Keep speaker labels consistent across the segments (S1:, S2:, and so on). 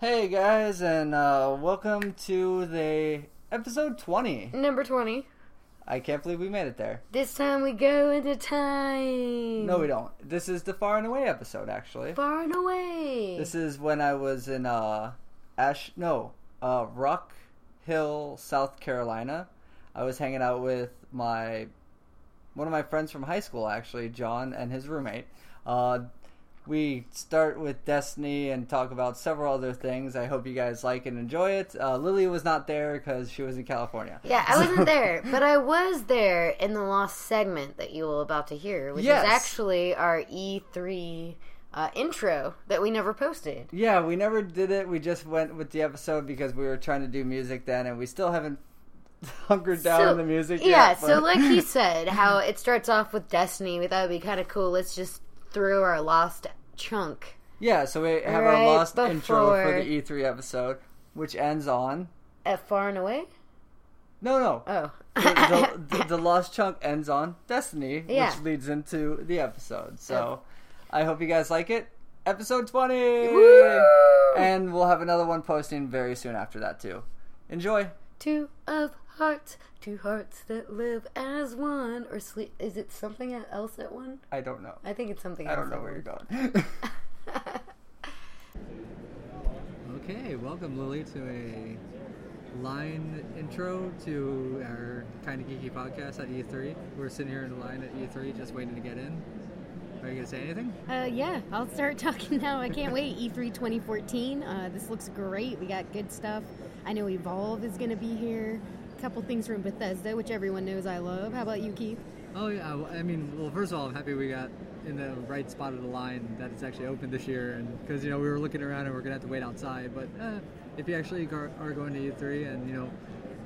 S1: Hey guys, and uh, welcome to the episode 20.
S2: Number 20.
S1: I can't believe we made it there.
S2: This time we go into time.
S1: No, we don't. This is the far and away episode, actually.
S2: Far and away.
S1: This is when I was in uh, Ash, no, uh, Rock Hill, South Carolina. I was hanging out with my one of my friends from high school, actually, John, and his roommate. Uh, we start with Destiny and talk about several other things. I hope you guys like and enjoy it. Uh, Lily was not there because she was in California.
S2: yeah, I wasn't there, but I was there in the lost segment that you will about to hear, which
S1: Yes.
S2: is actually our E3 uh, intro that we never posted.
S1: Yeah, we never did it. We just went with the episode because we were trying to do music then, and we still haven't hunkered down on the music.
S2: Yeah,
S1: yet,
S2: so
S1: but-
S2: like he said, how it starts off with Destiny, we thought it'd be kind of cool. Let's just throw our lost chunk.
S1: yeah, so we have
S2: Right
S1: our last intro for
S2: before-
S1: the E3 episode, which ends on
S2: At far and away?
S1: no, no.
S2: Oh.
S1: the, the, the lost chunk ends on Destiny,
S2: Yeah.
S1: which leads into the episode. So I hope you guys like it. Episode 20!
S2: Woo!
S1: And we'll have another one posting very soon after that, too. Enjoy.
S2: Two of hearts, two hearts that live as one, or sleep. Is it something else at one?
S1: I don't know.
S2: I think it's something
S1: I
S2: else.
S1: don't know
S2: at
S1: where you're
S2: one.
S1: going. okay, welcome, Lily, to a line intro to our Kind of Geeky podcast at E3. We're sitting here in line at E3 just waiting to get in. Are you going to say anything?
S3: Uh, yeah, I'll start talking now. I can't wait. E E3 2014. Uh, this looks great. We got good stuff. I know Evolve is going to be here. A couple things from Bethesda, which everyone knows I love. How about you, Keith?
S4: Oh yeah, well, I mean, well, first of all, I'm happy we got in the right spot of the line that it's actually open this year, and because you know we were looking around and we're gonna have to wait outside. But eh, if you actually gar- are going to E3 and you know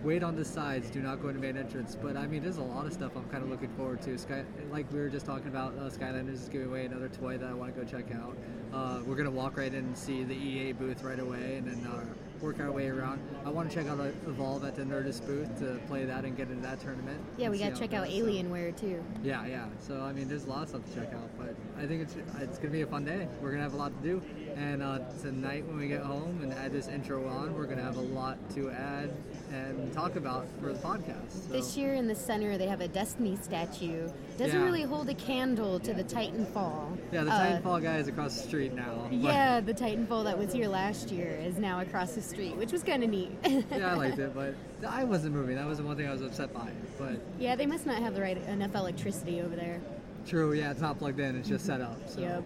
S4: wait on the sides, do not go to main entrance. But I mean, there's a lot of stuff I'm kind of looking forward to. Sky, like we were just talking about, uh, Skylanders is giving away another toy that I want to go check out. Uh, we're gonna walk right in and see the EA booth right away, and then. Uh, Work our way around. I want to check out uh, Evolve at the Nerdist booth to play that and get into that tournament.
S3: Yeah,
S4: and
S3: we
S4: see
S3: got to
S4: how it
S3: check out
S4: goes, so.
S3: Alienware, too.
S4: Yeah, yeah. So I mean, there's a lot of stuff to check out, but I think it's it's gonna be a fun day. We're gonna have a lot to do, and uh, tonight when we get home and add this intro on, we're gonna have a lot to add and talk about for the podcast. So.
S3: This year in the center, they have a Destiny statue. Doesn't
S4: Yeah.
S3: really hold a candle to the Titanfall.
S4: Yeah, the
S3: uh,
S4: Titanfall guy is across the street now. but-
S3: Yeah, the Titanfall that was here last year is now across the street, which was kind of neat.
S4: yeah, I liked it, but I wasn't moving. That was the one thing I was upset by. But
S3: yeah, they must not have the right enough electricity over there.
S4: true, yeah, it's not plugged in. It's just set up. So.
S3: Yep.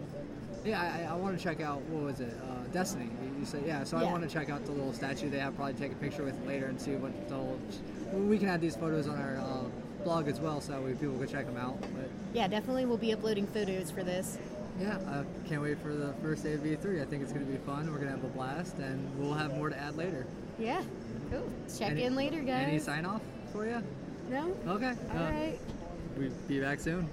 S4: Yeah, I, I want to check out what was it, uh, Destiny? You- You said yeah, so
S3: Yeah.
S4: I want to check out the little statue they have. Probably take a picture with later and see what the whole. We can add these photos on our uh, blog as well, so that way people can check them out. But
S3: Yeah, definitely we'll be uploading photos for this.
S4: yeah, I can't wait for the first day of E3. I think it's going to be fun. We're going to have a blast, and we'll have more to add later.
S3: Yeah. Cool. Check
S4: Any-
S3: in later, guys.
S4: Any sign off for you?
S3: no?
S4: Okay. uh,
S3: All right.
S4: We'll be back soon.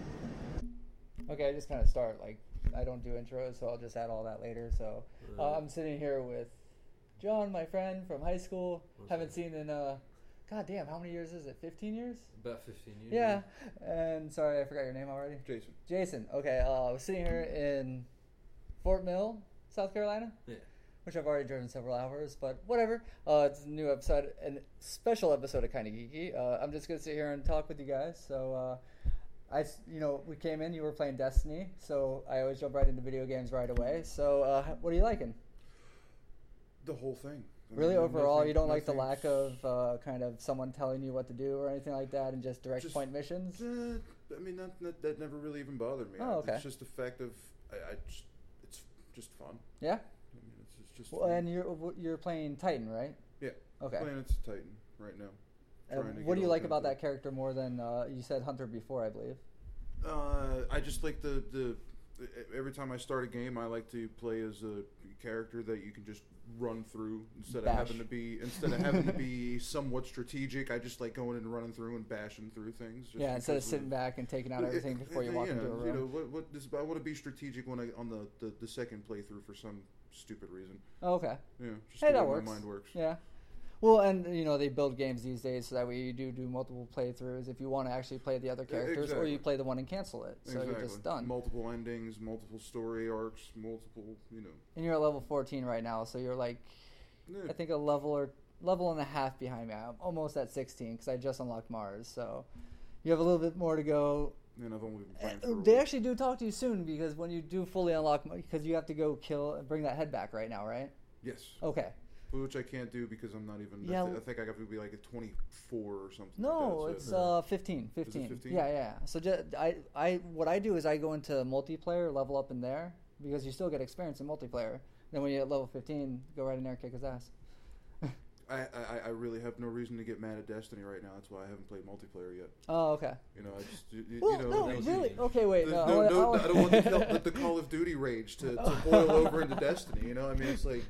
S1: Okay, I just kind of start like I don't do intros, so I'll just add all that later. So uh, I'm sitting here with John, my friend from high school. Haven't seen in uh, god damn, how many years is it? Fifteen years?
S5: About 15 years.
S1: Yeah. And sorry, I forgot your name already.
S5: Jason.
S1: Jason. Okay, uh, I was sitting here in Fort Mill, South Carolina.
S5: Yeah.
S1: Which I've already driven several hours, but whatever. Uh, it's a new episode, a special episode of Kind of Geeky. Uh, I'm just gonna sit here and talk with you guys. So, uh, I, s- you know, we came in. You were playing Destiny, so I always jump right into video games right away. So, uh, h- what are you liking?
S6: The whole thing. I
S1: Really,
S6: mean,
S1: overall,
S6: Mm, nothing-
S1: you don't like the
S6: nothing-
S1: lack of uh, kind of someone telling you what to do or anything like that, and just direct
S6: Just-
S1: point missions.
S6: Uh, I mean, that, that, that never really even bothered me.
S1: Oh, okay.
S6: It's just the fact of I, I just, it's just fun.
S1: Yeah.
S6: I mean, it's just, just
S1: Well,
S6: fun.
S1: and you're w- you're playing Titan, right?
S6: Yeah.
S1: Okay.
S6: Planets of Titan right now.
S1: Uh,
S6: Trying to
S1: what
S6: get
S1: do you
S6: all
S1: like
S6: the-
S1: about that character more than uh, you said Hunter before? I believe.
S6: Uh, I just like the, the e- every time I start a game, I like to play as a character that you can just run through instead of having
S1: Bash.
S6: to be instead of having to be somewhat strategic. I just like going and running through and bashing through things. Just
S1: yeah, instead of
S6: because
S1: sitting back and taking out
S6: Well,
S1: everything
S6: it-
S1: before you
S6: it-
S1: walk
S6: yeah,
S1: into a room.
S6: You know, what, what this, I want to be strategic when I on the, the, the second playthrough for some stupid reason.
S1: oh, okay.
S6: Yeah, just
S1: Hey,
S6: the
S1: that
S6: way
S1: works.
S6: my mind works.
S1: Yeah. Well, and you know they build games these days so that way you do do multiple playthroughs if you want to actually play the other characters, or
S6: E-, exactly.
S1: you play the one and cancel it. So you're
S6: Exactly.
S1: just done.
S6: Multiple endings, multiple story arcs, multiple, you know.
S1: and you're at level 14 right now, so you're like,
S6: Yeah.
S1: I think a level or level and a half behind me. I'm almost at 16 because I just unlocked Mars, so you have a little bit more to go.
S6: And I've only been playing for a
S1: They
S6: week.
S1: actually do talk to you soon because when you do fully unlock, because you have to go kill bring that head back right now, right?
S6: Yes.
S1: Okay.
S6: Which I can't do because I'm not even.
S1: Yeah.
S6: I, th- I think I have to be like a 24 or something.
S1: No,
S6: like that,
S1: it's
S6: so-
S1: uh 15, 15.
S6: 15?
S1: Yeah, yeah. So ju- I I what I do is I go into multiplayer, level up in there because you still get experience in multiplayer. Then when you get level 15, go right in there and kick his ass.
S6: I, I I really have no reason to get mad at Destiny right now. That's why I haven't played multiplayer yet.
S1: Oh, okay.
S6: You know, I just you, you
S1: Well,
S6: know.
S1: no,
S6: it was-
S1: really. Okay, wait.
S6: the-
S1: No,
S6: no,
S1: I,
S6: no,
S1: wa-
S6: I don't want the, Call- the, the Call of Duty rage to, to boil over into Destiny. You know, I mean, it's like,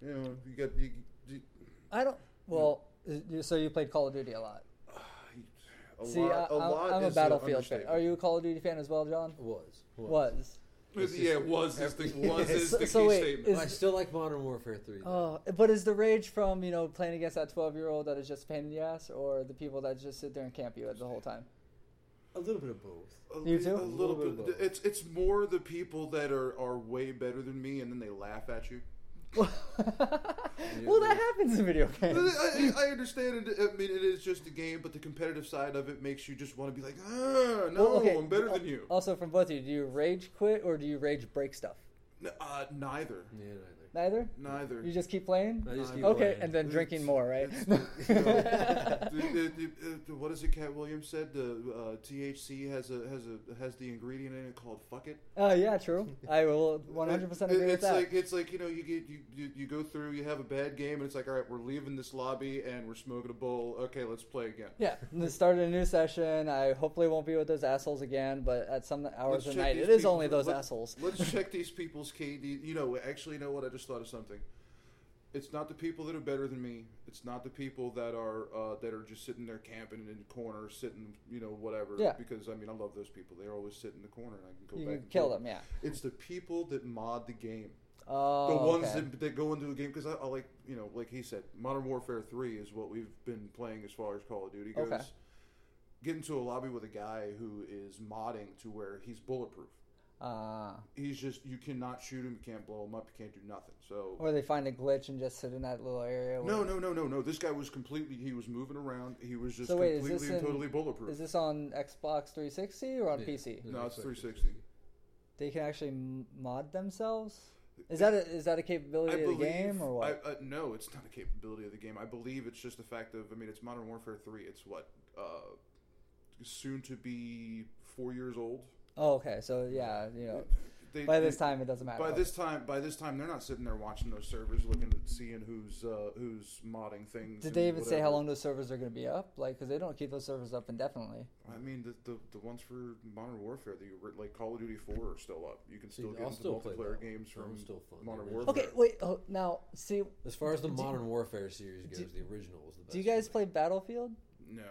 S6: you know, you got you, you,
S1: I don't. Well, is- you- so you played Call of Duty a lot.
S6: a
S1: See,
S6: lot.
S1: I,
S6: a
S1: I'm-
S6: lot
S1: I'm a
S6: is a
S1: Battlefield fan.
S6: understatement.
S1: Are you a Call of Duty fan as well, John?
S5: Was.
S1: Was.
S7: yeah, was is the, was is
S1: So-
S7: the
S1: so
S7: key
S1: wait,
S7: statement.
S1: is-
S5: I still like Modern Warfare 3. though.
S1: Oh, but is the rage from you know playing against that 12 year old that is just a pain in the ass, or the people that just sit there and camp you the whole time? Oh.
S5: a little bit of both.
S6: A
S1: You
S6: li-
S1: too?
S6: A
S5: Little
S6: little
S5: bit
S6: bit.
S5: low.
S6: It's it's more the people that are, are way better than me, and then they laugh at you.
S1: well, that happens in video games.
S6: I, I I understand it. I mean, it is just a game, but the competitive side of it makes you just want to be like, ah, no,
S1: Well, okay, uh,
S6: I'm better
S1: al-
S6: than you.
S1: Also, from both of you, do you rage quit or do you rage break stuff?
S6: N- uh, neither,
S5: Yeah,
S1: Neither.
S6: neither.
S1: You just keep playing.
S5: I just keep
S1: Okay,
S5: playing.
S1: and then drinking more, right?
S6: The- the- the- uh, what is it? Cat Williams said the uh, THC has a has a has the ingredient in it called "fuck it."
S1: Oh yeah, true. I will 100 percent
S6: It-
S1: agree with
S6: it's
S1: that.
S6: like it's like you know you get you, you you go through you have a bad game and it's like all right we're leaving this lobby and we're smoking a bowl okay let's play again
S1: Yeah, and then started a new session. I hopefully won't be with those assholes again, but at some hours
S6: Let's
S1: of
S6: check
S1: night,
S6: these
S1: it is
S6: people-
S1: only those
S6: let-
S1: assholes.
S6: Let's check these people's KD. You know, actually, you know what? I just thought of something. It's not the people that are better than me. It's not the people that are uh, that are just sitting there camping in the corner, sitting, you know, whatever.
S1: Yeah.
S6: Because I mean, I love those people. They always sit in the corner, and I can go
S1: You
S6: back.
S1: can
S6: and
S1: kill them, yeah.
S6: It's the people that mod the game.
S1: Oh,
S6: The ones
S1: okay.
S6: that, that go into a game because I, I like you know like he said, Modern Warfare Three is what we've been playing as far as Call of Duty goes.
S1: Okay.
S6: Get into a lobby with a guy who is modding to where he's bulletproof
S1: Uh,
S6: he's just you cannot shoot him, you can't blow him up, you can't do nothing. So
S1: or they find a glitch and just sit in that little area.
S6: no,
S1: where-
S6: no, no, no, no. This guy was completely he was moving around. He was just
S1: So wait, is
S6: completely
S1: this
S6: and
S1: in-
S6: totally bulletproof.
S1: Is this on Xbox 360 or on
S5: Yeah.
S1: PC?
S5: Yeah.
S6: no, it's
S5: Xbox
S6: 360.
S1: They can actually m- mod themselves. Is that a, is that a capability of the game or what?
S6: I, uh, no, it's not a capability of the game. I believe it's just the fact of I mean, it's Modern Warfare Three. It's what uh, soon to be four years old.
S1: oh, okay. So yeah, you know,
S6: They,
S1: by this
S6: they-
S1: time it doesn't matter.
S6: By this time, by this time, they're not sitting there watching those servers, looking at seeing who's uh, who's modding things.
S1: Did
S6: and
S1: they even say how
S6: whatever.
S1: long those servers are going to be up? Like, because they don't keep those servers up indefinitely.
S6: I mean, the, the the ones for Modern Warfare, the ori- like Call of Duty Four, are still up. You can still
S5: See,
S6: get
S5: I'll
S6: into
S5: still play
S6: multiplayer
S5: that one.
S6: games
S5: That
S6: from
S5: one's still fun.
S6: Modern
S5: The
S6: Warfare.
S5: original.
S1: Okay, wait. Oh, now see,
S5: As far as the Modern Warfare series goes, the original was the best.
S1: do you guys
S5: one.
S1: play Battlefield?
S6: No,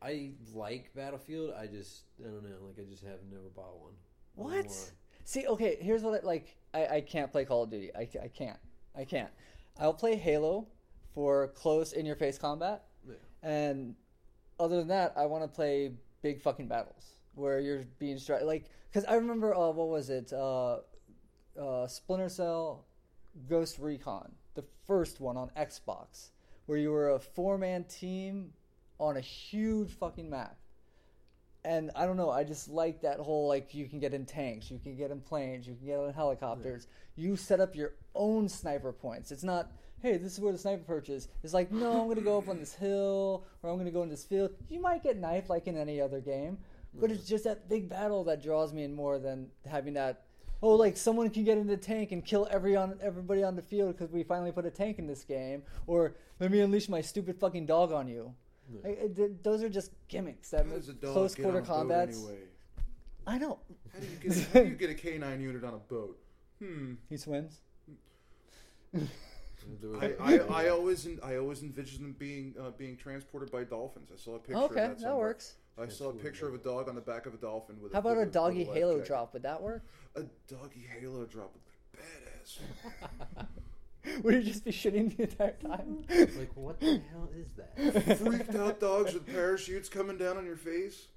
S5: I like Battlefield. I just I don't know. Like I just have never bought one. I don't know
S1: What?
S5: why.
S1: See, okay, here's what I like. I, I can't play Call of Duty. I, I can't. I can't. I'll play Halo for close in your face combat.
S5: Yeah.
S1: And other than that, I want to play big fucking battles where you're being stri- like cuz I remember uh, what was it? Uh, uh, Splinter Cell Ghost Recon, the first one on Xbox, where you were a four-man team on a huge fucking map and I don't know, I just like that whole like you can get in tanks, you can get in planes, you can get in helicopters. You set up your own sniper points. It's not, hey, this is where the sniper perch is. It's like, no, I'm gonna go up on this hill or I'm gonna go in this field. You might get knifed like in any other game, but it's just that big battle that draws me in more than having that. Oh, like someone can get in the tank and kill every on everybody on the field because we finally put a tank in this game, or let me unleash my stupid fucking dog on you. Like, it- th- those are just gimmicks that
S6: How does a dog
S1: close
S6: get
S1: quarter
S6: on a boat
S1: combats.
S6: Anyway,
S1: I know.
S6: how do you get how do you get a canine unit on a boat? Hmm.
S1: He swims.
S5: There was-
S6: I, I, I always en- I always envision them being uh, being transported by dolphins. I saw a picture.
S1: okay,
S6: of
S1: that,
S6: that, somewhere.
S1: works.
S6: I saw a picture of a dog on the back of a dolphin with.
S1: How about
S6: with
S1: a
S6: with
S1: doggy
S6: life
S1: halo
S6: jacket.
S1: drop? Would that work?
S6: A doggy halo drop. would be Badass.
S1: would it just be shitting the entire time?
S5: Like, what the hell is that?
S6: Freaked out dogs with parachutes coming down on your face.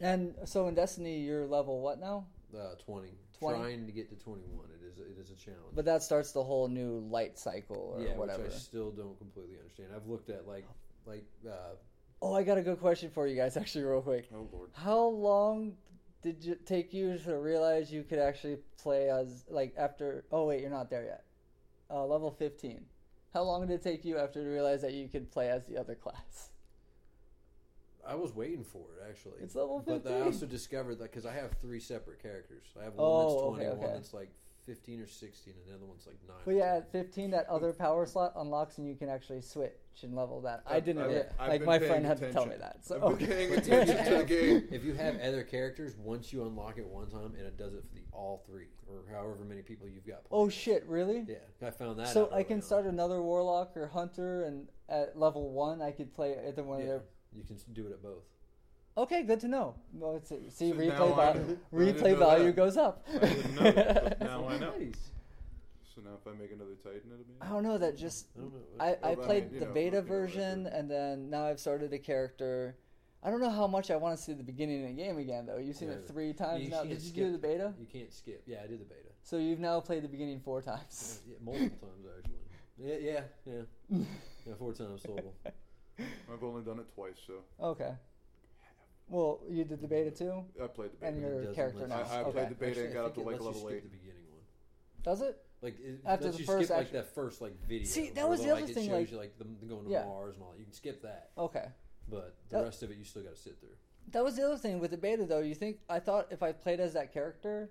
S1: And so in Destiny, you're level what now?
S5: Uh, 20.
S1: 20?
S5: Trying to get to 21. It is it is a challenge.
S1: But that starts the whole new light cycle or
S5: yeah,
S1: whatever.
S5: which I still don't completely understand. I've looked at like like uh,
S1: Oh, I got a good question for you guys, actually, real quick.
S6: Oh lord.
S1: How long did it take you to realize you could actually play as like after? Oh wait, you're not there yet. Uh, level fifteen. How long did it take you after to realize that you could play as the other class?
S5: I was waiting for it actually.
S1: It's level
S5: But
S1: 15.
S5: I also discovered that because I have three separate characters. I have one
S1: Oh,
S5: that's
S1: okay,
S5: 20,
S1: okay.
S5: one that's like 15 or 16, and the other one's like 9.
S1: But
S5: or
S1: yeah,
S5: 10.
S1: at fifteen, that other power slot unlocks, and you can actually switch and level that. I
S6: I've-
S1: didn't
S6: I've-
S1: rea-
S6: I've
S1: like
S6: been
S1: my
S6: paying
S1: friend had to tell me
S6: attention.
S1: that. So
S6: I've been paying
S1: okay.
S6: attention to the game.
S5: if you have other characters, once you unlock it one time, and it does it for the all three or however many people you've got. Playing.
S1: oh shit, really?
S5: yeah, I found that.
S1: So
S5: out
S1: I
S5: early
S1: can
S5: on.
S1: start another warlock or hunter, and at level one, I could play either one of
S5: Yeah,
S1: their.
S5: you can s- do it at both.
S1: Okay, good to know. Well, it's, see,
S6: So now
S1: replay
S6: I
S1: value,
S6: know. I didn't
S1: replay
S6: know that.
S1: value goes up.
S6: I didn't know that, but now Oh, I know.
S5: Nice.
S6: So now if I make another Titan, it'll be.
S1: I don't know. That just
S5: I don't know.
S1: I, I
S6: Well, I
S1: played
S6: mean, you
S1: the
S6: know,
S1: beta
S6: looking at it like
S1: version,
S6: that.
S1: and then now I've started a character. I don't know how much I want to see the beginning of the game again, though. You've seen it
S5: Yeah.
S1: three times
S5: You
S1: now.
S5: can't
S1: Did you
S5: skip
S1: do the
S5: it.
S1: beta?
S5: uh, You can't skip. Yeah, I did the beta.
S1: So you've now played the beginning four times.
S5: Yeah, multiple times actually. Yeah, yeah, yeah. Yeah, four times total.
S1: Oh.
S6: I've only done it twice, so
S1: Okay. Well, you did the beta too,
S6: I played the
S1: and
S6: beta.
S5: it
S1: your
S5: doesn't
S1: character
S5: let
S1: now.
S5: you-
S6: I, I
S1: okay.
S6: played the beta
S5: Actually,
S6: and
S5: I
S6: got
S5: think
S6: up to
S5: it
S6: like
S5: lets you
S6: level
S5: skip
S6: eight.
S5: The beginning one.
S1: Does it?
S5: Like it,
S1: After
S5: lets
S1: the
S5: you
S1: first
S5: skip, like
S1: action-
S5: that first like video.
S1: See, that
S5: where,
S1: was the
S5: like,
S1: other
S5: it
S1: thing,
S5: Shows
S1: like-
S5: you like them going to
S1: Yeah.
S5: Mars and all that. You can skip that,
S1: Okay.
S5: but the
S1: That-
S5: rest of it you still got to sit through.
S1: That was the other thing with the beta, though. You think I thought if I played as that character,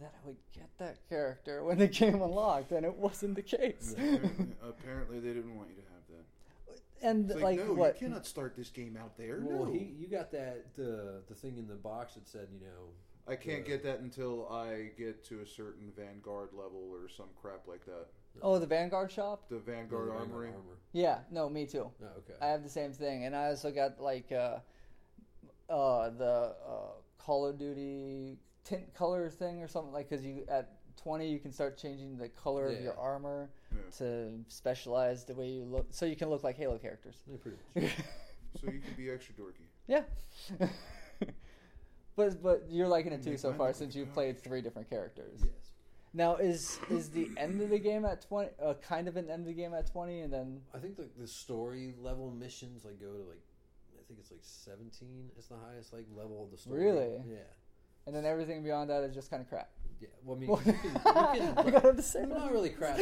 S1: that I would get that character when the game unlocked, and it wasn't the case.
S6: apparently, apparently they didn't want you to have that.
S1: and
S6: It's like,
S1: like,
S6: no,
S1: what?
S6: you cannot start this game out there.
S5: Well,
S6: no,
S5: he, you got that the the thing in the box that said you know
S6: I can't
S5: the-
S6: get that until I get to a certain Vanguard level or some crap like that.
S1: Oh, the Vanguard shop.
S6: The Vanguard
S5: the Vanguard
S6: Armory.
S5: armor.
S1: Yeah. No, me too.
S5: Oh, okay.
S1: I have the same thing, and I also got like uh, uh, the uh, Call of Duty tint color thing or something like because you at twenty you can start changing the color of
S5: Yeah.
S1: your armor
S6: Yeah.
S1: to specialize the way you look, so you can look like Halo characters.
S5: Yeah, pretty much.
S6: So you can be extra dorky.
S1: Yeah. but but you're liking it too
S6: Make
S1: so
S6: mine
S1: far
S6: look
S1: since you
S6: like a
S1: played three different characters.
S5: yes.
S1: Now is is the end of the game at twenty? Uh, kind of an end of the game at twenty, and then
S5: I think the, the story level missions like go to like I think it's like seventeen is the highest like level of the story.
S1: Really?
S5: Yeah.
S1: and then everything beyond that is just kind of crap.
S5: Yeah. Well, I mean,
S1: Well,
S5: you can, you
S1: I
S5: can
S1: got to say
S5: not really crap,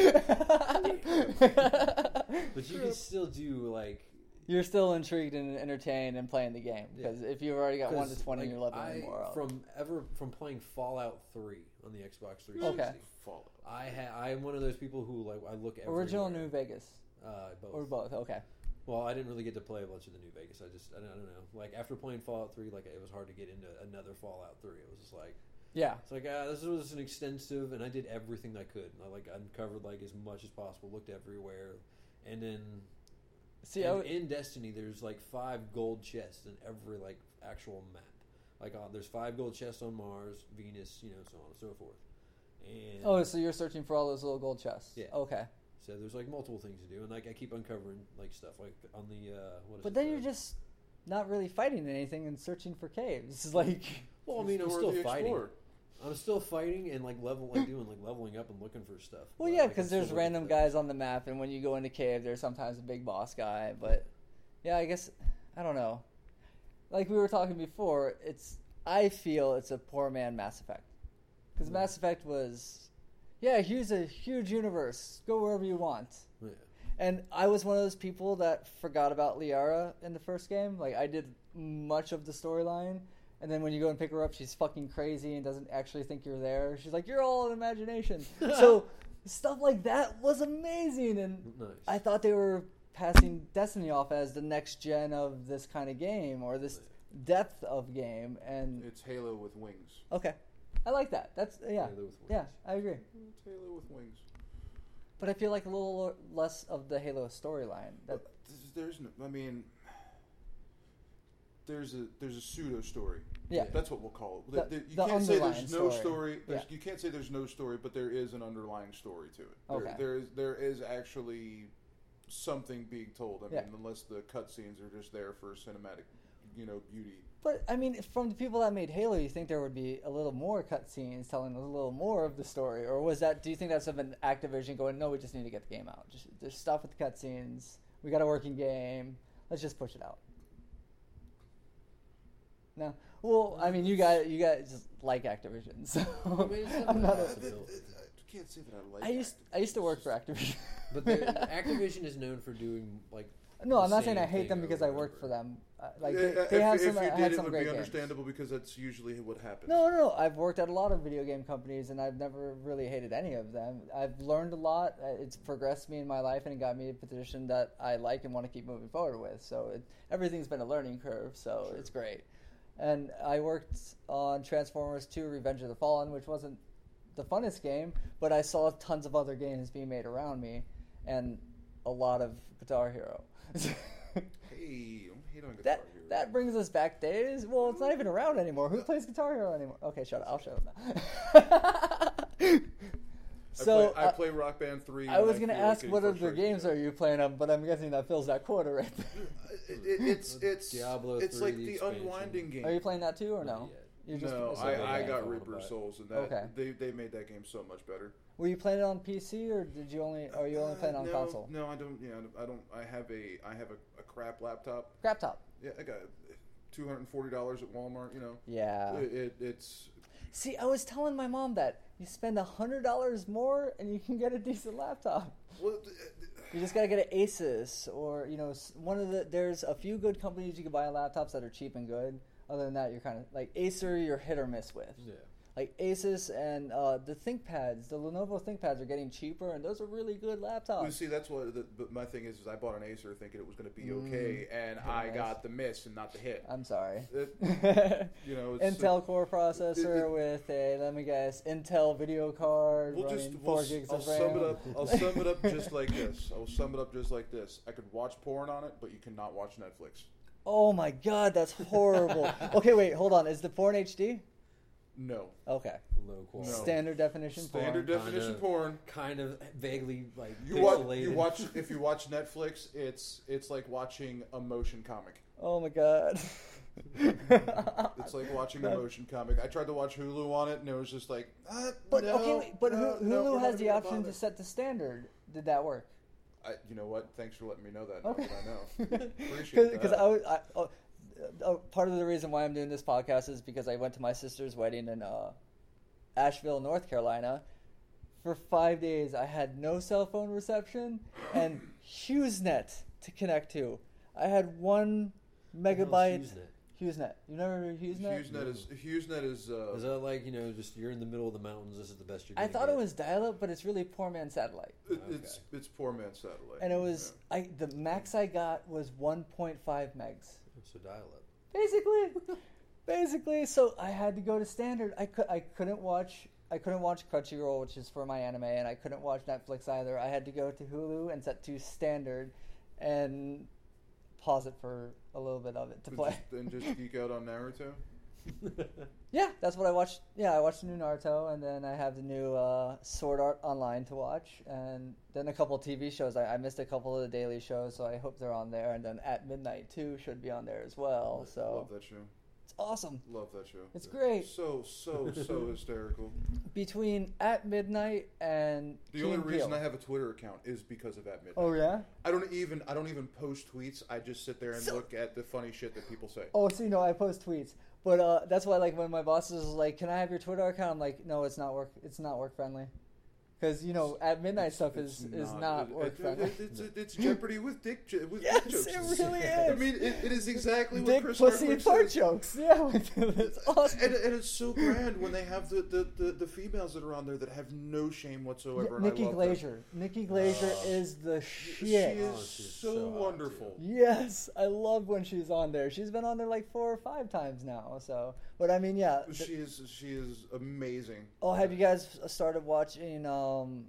S1: that.
S5: but you can still do like
S1: You're still intrigued and entertained and playing the game
S5: Yeah.
S1: because if you've already got one to
S5: 'Cause,
S1: twenty,
S5: like,
S1: you're leveling
S5: I-
S1: more up.
S5: From ever from playing Fallout Three on the Xbox 360.
S1: Okay.
S6: Fallout.
S5: I ha- I'm one of those people who like I look everywhere.
S1: Original New Vegas
S5: uh, both.
S1: or both? Okay,
S5: Well, I didn't really get to play a bunch of the New Vegas. I just I don't, I don't know. Like after playing Fallout Three, like it was hard to get into another Fallout Three. It was just like
S1: yeah.
S5: it's like ah, this was an extensive, and I did everything I could. And I like uncovered like as much as possible, looked everywhere, and then
S1: See, oh, I
S5: in,
S1: w-
S5: in Destiny, there's like five gold chests in every like actual map. Like uh, there's five gold chests on Mars, Venus, you know, so on and so forth. And
S1: oh, so you're searching for all those little gold chests?
S5: Yeah.
S1: Okay.
S5: so there's like multiple things to do, and like I keep uncovering like stuff like on the uh, what is
S1: But
S5: it,
S1: then
S5: the-
S1: you're just not really fighting anything and searching for caves. It's like,
S5: well, I mean, I'm
S6: Or
S5: still
S6: the
S5: fighting.
S6: Explorer.
S5: I'm still fighting and like level like doing like leveling up and looking for stuff.
S1: well, yeah,
S5: But, like, I'm
S1: because
S5: still
S1: there's
S5: looking for
S1: random
S5: things.
S1: guys on the map, and when you go into cave, there's sometimes a big boss guy. But yeah, I guess I don't know. Like we were talking before, it's I feel it's a poor man Mass Effect
S5: Mm.
S1: because Mass Effect was, yeah, here's a huge universe, go wherever you want.
S5: Yeah.
S1: And I was one of those people that forgot about Liara in the first game. Like I did much of the storyline, and then when you go and pick her up, she's fucking crazy and doesn't actually think you're there. She's like, "You're all an imagination." so stuff like that was amazing, and
S5: Nice.
S1: I thought they were passing Destiny off as the next gen of this kind of game or this depth of game. And
S6: It's Halo with wings.
S1: okay, I like that. That's yeah,
S5: Halo with
S1: yeah,
S5: wings.
S1: I agree.
S6: It's Halo with wings.
S1: But I feel like a little less of the Halo storyline. That
S6: But this is- there's no. I mean, there's a there's a pseudo story.
S1: Yeah.
S6: that's what we'll call it.
S1: The-
S6: There- you
S1: the
S6: can't say
S1: underlying
S6: there's no
S1: story.
S6: story. there's-
S1: Yeah.
S6: You can't say there's no story, but there is an underlying story to it. There-
S1: Okay.
S6: there is there is actually something being told. I mean,
S1: Yeah.
S6: unless the cutscenes are just there for cinematic, you know, beauty.
S1: But I mean, from the people that made Halo, you think there would be a little more cutscenes telling a little more of the story, or was that? Do you think that's of an Activision going? No, we just need to get the game out. Just just stop with the cutscenes. We got a working game. Let's just push it out. No, well, I mean, you guys, you guys just like Activision, so
S5: mean, it's
S1: I'm not.
S5: not
S1: A,
S5: possible. Possibility.
S6: I can't say that I like.
S1: I used I used to work for Activision,
S5: But they're- Activision is known for doing like.
S1: no, I'm
S5: the
S1: not saying I
S5: same
S1: hate them
S5: thing
S1: because
S5: over
S1: I
S5: and
S1: worked
S5: over.
S1: for them. Uh, like
S6: Yeah,
S1: they,
S6: if,
S1: they had
S6: if
S1: some,
S6: you
S1: had
S6: did, it
S1: some
S6: would
S1: great
S6: be
S1: games.
S6: understandable because that's usually what happens.
S1: No, no, no. I've worked at a lot of video game companies, and I've never really hated any of them. I've learned a lot. Uh, It's progressed me in my life, and it got me a position that I like and want to keep moving forward with. So it, everything's been a learning curve. So it's great. And I worked on Transformers 2: Revenge of the Fallen, which wasn't the funnest game, but I saw tons of other games being made around me, and a lot of Guitar Hero.
S6: Hey, I'm hate on Guitar
S1: That
S6: Hero.
S1: that brings us back days. Well, it's not even around anymore. Who plays Guitar Hero anymore? Okay, shut up. I'll shut up now. so
S6: I play, I
S1: uh,
S6: play Rock Band three.
S1: I
S6: when
S1: was gonna
S6: feel like
S1: ask
S6: getting
S1: what other
S6: frustrated.
S1: games are you playing on, but I'm guessing that fills that quota right there.
S6: It, it, it's it's
S5: Diablo
S6: it's
S5: 3,
S6: like
S5: the
S6: the
S5: expansion.
S6: unwinding game.
S1: Are you playing that too or
S5: Not
S1: no?
S5: yet.
S1: You
S6: no,
S5: it's like
S6: I, I
S5: a
S6: got
S5: game.
S6: Ripper Souls, and that
S1: Okay.
S6: they they made that game so much better.
S1: were you playing it on PC or did you only are you only
S6: Uh,
S1: playing on
S6: no,
S1: console?
S6: No, I don't. Yeah, I don't. I have a I have a, a crap laptop.
S1: Crap top.
S6: Yeah, I got two hundred and forty dollars at Walmart. You know,
S1: Yeah.
S6: it, it, it's
S1: See, I was telling my mom that you spend a hundred dollars more and you can get a decent laptop.
S6: well, th- th-
S1: You just gotta get an Asus or you know s- one of the. There's a few good companies you can buy laptops that are cheap and good. Other than that, you're kind of like Acer, you're hit or miss with.
S5: Yeah.
S1: Like Asus and uh, the ThinkPads, the Lenovo ThinkPads are getting cheaper, and those are really good
S6: well,
S1: laptops.
S6: see, that's what. The, but my thing is, is I bought an Acer thinking it was going to be okay, and I
S1: Mm, nice.
S6: got the miss and not the hit.
S1: I'm sorry.
S6: It- you know, it's,
S1: Intel core processor
S6: it-
S1: with a let me guess Intel video card
S6: We'll
S1: running
S6: just
S1: 4
S6: we'll, s-
S1: gigs
S6: I'll
S1: of RAM.
S6: sum it up. I'll sum it up just like this. I'll sum it up just like this. I could watch porn on it, but you cannot watch Netflix.
S1: Oh my god, that's horrible. okay, wait, hold on. Is the porn HD?
S6: No.
S1: Okay,
S5: Low
S6: No.
S5: quality.
S1: standard definition
S6: Standard
S1: porn.
S6: definition
S5: Kinda.
S6: porn.
S5: Kind of vaguely like
S6: You watch,
S5: pixelated.
S6: you watch if you watch Netflix, it's it's like watching a motion comic.
S1: oh my god.
S6: It's like watching a motion comic. I tried to watch Hulu on it, and it was just like, uh,
S1: But
S6: no,
S1: okay, wait, but
S6: no,
S1: Hulu
S6: no, we're
S1: Hulu
S6: not
S1: has the
S6: gonna
S1: option
S6: bother.
S1: to set the standard. Did that work?
S6: I, you know what? Thanks for letting me know that. now
S1: Okay,
S6: that I know. Appreciate
S1: because
S6: that.
S1: I, was- I oh, oh, part of the reason why I'm doing this podcast is because I went to my sister's wedding in uh, Asheville, North Carolina. For five days, I had no cell phone reception and HughesNet to connect to. I had one megabyte
S5: HughesNet?
S1: HughesNet. You never remember HughesNet?
S6: HughesNet is HughesNet is. Uh,
S5: Is that like you know just you're in the middle of the mountains? This is the best you're.
S1: I
S5: gonna
S1: thought it
S5: get?
S1: was dial-up, but it's really poor man satellite.
S6: it- It's it's poor man's satellite,
S1: And it was I the max I got was 1.5 megs.
S5: so dial up.
S1: basically basically so i had to go to standard i could i couldn't watch i couldn't watch crunchyroll which is for my anime and i couldn't watch netflix either i had to go to hulu and set to standard and pause it for a little bit of it to
S6: And
S1: play
S6: just- and just geek out on Naruto.
S1: yeah that's what i watched yeah i watched the new naruto and then i have the new uh, sword art online to watch and then a couple tv shows I, I missed a couple of the daily shows so i hope they're on there and then at midnight too should be on there as well so
S6: Love that show.
S1: it's awesome
S6: Love that show.
S1: Oh. it's great
S6: So so so hysterical.
S1: between at midnight and
S6: The
S1: Key
S6: only
S1: and
S6: reason
S1: Peele.
S6: I have a Twitter account is because of at midnight.
S1: oh yeah
S6: I don't even I don't even post tweets. I just sit there and
S1: So-
S6: look at the funny shit that people say.
S1: oh see no I post tweets but uh, that's why like when my boss is like can I have your Twitter account I'm like no it's not work it's not work friendly because you know at midnight stuff
S6: It's
S1: is is not
S6: it-
S1: work
S6: it-
S1: friendly
S6: it- it's, it's Jeopardy with dick jo- with dick
S1: yes
S6: jokes.
S1: it really
S6: I
S1: is
S6: mean, it, it is exactly what
S1: dick
S6: Chris
S1: pussy
S6: Hardwick
S1: and fart
S6: says.
S1: jokes yeah it's awesome
S6: And, and it's so grand when they have the, the, the, the females that are on there that have no shame whatsoever. and I
S1: Nikki
S6: love them.
S1: Glazer Nikki Glazer is the
S6: She
S1: shit
S6: is
S5: Oh, she's
S6: so,
S5: so hot,
S6: wonderful.
S1: Yes, I love when she's on there. She's been on there like four or five times now. So, but I mean, yeah, th-
S6: She is she is amazing.
S1: Oh, have you guys e, started watching um,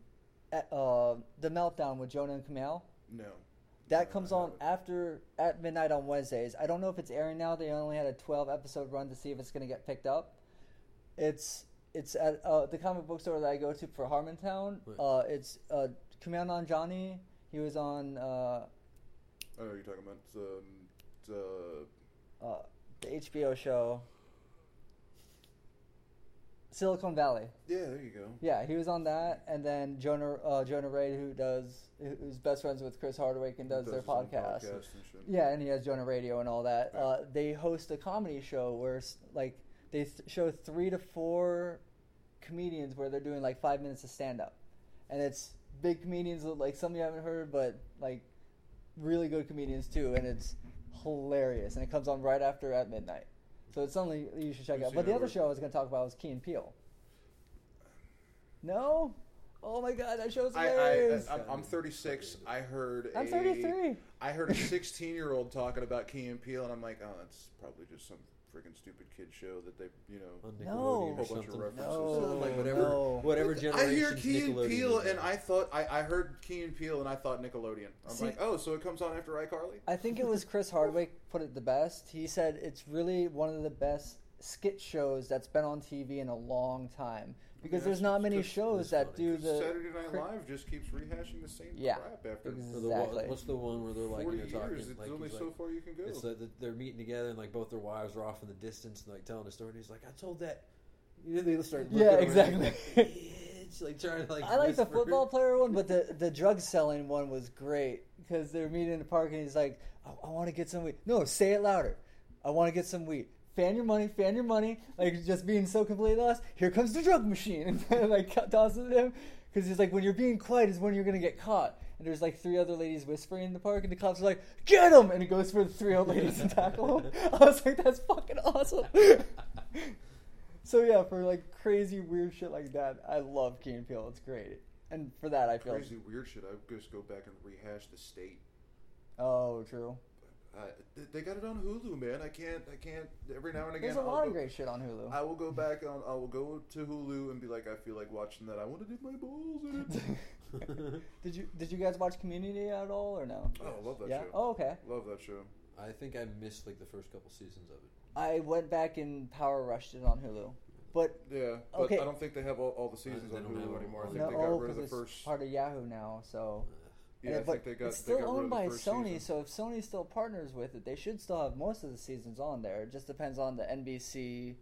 S1: at, uh, the Meltdown with Jonah and Camille?
S6: No,
S1: That comes
S6: I
S1: on
S6: haven't.
S1: after at midnight on Wednesdays. I don't know if it's airing now. They only had a 12 episode run to see if it's going to get picked up. It's it's at uh, the comic book store that I go to for Harmontown.
S5: Right.
S1: Uh, it's uh, Kumail Johnny. He was on uh,
S6: I know what you're talking about. It's, um, it's, uh,
S1: uh, the HBO show Silicon Valley.
S6: yeah, there you go.
S1: Yeah, he was on that, and then Jonah uh, Jonah Ray, who does who- who's best friends with Chris Hardwick and does, their
S6: his own
S1: podcast.
S6: podcast and shit.
S1: Yeah, and he has Jonah Radio and all that.
S6: Yeah.
S1: Uh, they host a comedy show where s- like they th- show three to four comedians where they're doing like five minutes of stand up, and it's big comedians that, like some you haven't heard, but like really good comedians too, and it's hilarious. And it comes on right after at midnight, so it's something you should check
S6: Who's
S1: out.
S6: the
S1: But the
S6: other-
S1: other show I was going to talk about was Key and Peele. No, oh my god, that show's
S6: I, I, I,
S1: hilarious.
S6: I'm- I'm 36. I heard.
S1: I'm
S6: a-
S1: 33.
S6: I heard a 16 year old talking about Key and Peele, and I'm like, oh, that's probably just some freaking stupid kid show that they, you know,
S5: on Nickelodeon
S1: No.
S5: or
S6: a whole bunch
S5: something.
S6: of references.
S1: No,
S5: like whatever,
S1: no.
S5: whatever generation.
S6: I hear Key and
S5: Nickelodeon
S6: Peele,
S5: is
S6: and
S5: on.
S6: I thought I, I heard Key and Peele, and I thought Nickelodeon. I'm
S1: See-
S6: like, oh, so it comes on after iCarly?
S1: I think it was Chris Hardwick put it the best. He said it's really one of the best skit shows that's been on TV in a long time because
S6: Yeah,
S1: there's not
S5: it's
S1: many
S5: just-
S1: shows
S5: it's
S1: that
S5: funny.
S1: do
S6: 'Cause
S1: the
S6: Saturday Night
S1: cri-
S6: Live just keeps rehashing the same
S1: Yeah,
S6: crap after
S5: Or
S1: exactly.
S5: the one- What's the one where they're like
S6: 40
S5: you know, talking
S6: years. It's
S5: like,
S6: only
S5: he's
S6: so
S5: like-
S6: far you can go.
S5: It's like that they're meeting together and like both their wives are off in the distance and like telling a story. And he's like, "I told that." You know, they start looking
S1: Yeah,
S5: around,
S1: exactly.
S5: Like, "Bitch," like trying to like.
S1: I like the
S5: whisper.
S1: football player one, but the the drug selling one was great because they're meeting in the park and he's like, "I, I want to get some weed." No, say it louder. I want to get some weed. Fan your money, fan your money. Like just being so completely lost. Here comes the drug machine, and like tosses him because he's like, "When you're being quiet is when you're gonna get caught." And there's like three other ladies whispering in the park, and the cops are like, "Get him!" And he goes for the three old ladies and tackle him. I was like, "That's fucking awesome." So yeah, for like crazy weird shit like that, I love Key and Peele. It's great, and for that I feel.
S6: Crazy weird shit. I just go back and rehash the state.
S1: Oh, true.
S6: I, th- they got it on Hulu, man. I can't. I can't. Every now and again,
S1: There's a
S6: I'll
S1: lot of
S6: go-
S1: great shit on Hulu.
S6: I will go back on. I will go to Hulu and be like, I feel like watching that. I want to dip my balls in it.
S1: did you Did you guys watch Community at all or no?
S6: oh, I love that
S1: yeah.
S6: show.
S1: Oh, okay.
S6: Love that show.
S5: I think I missed like the first couple seasons of it.
S1: I went back and power rushed it on Hulu, but
S6: Yeah, but
S1: Okay.
S6: I don't think they have all, all the seasons
S5: they
S6: on
S5: don't have
S6: Hulu
S5: all-
S6: anymore. I
S5: all
S6: think
S1: no,
S6: they got
S1: oh,
S6: rid of
S1: because
S6: the
S1: it's
S6: first.
S1: part of Yahoo now. So
S6: yeah,
S1: And-
S6: I think they got.
S1: it's
S6: they
S1: still
S6: got rid
S1: owned
S6: of the
S1: by
S6: first
S1: Sony.
S6: season.
S1: So if Sony still partners with it, they should still have most of the seasons on there. It just depends on the NBC,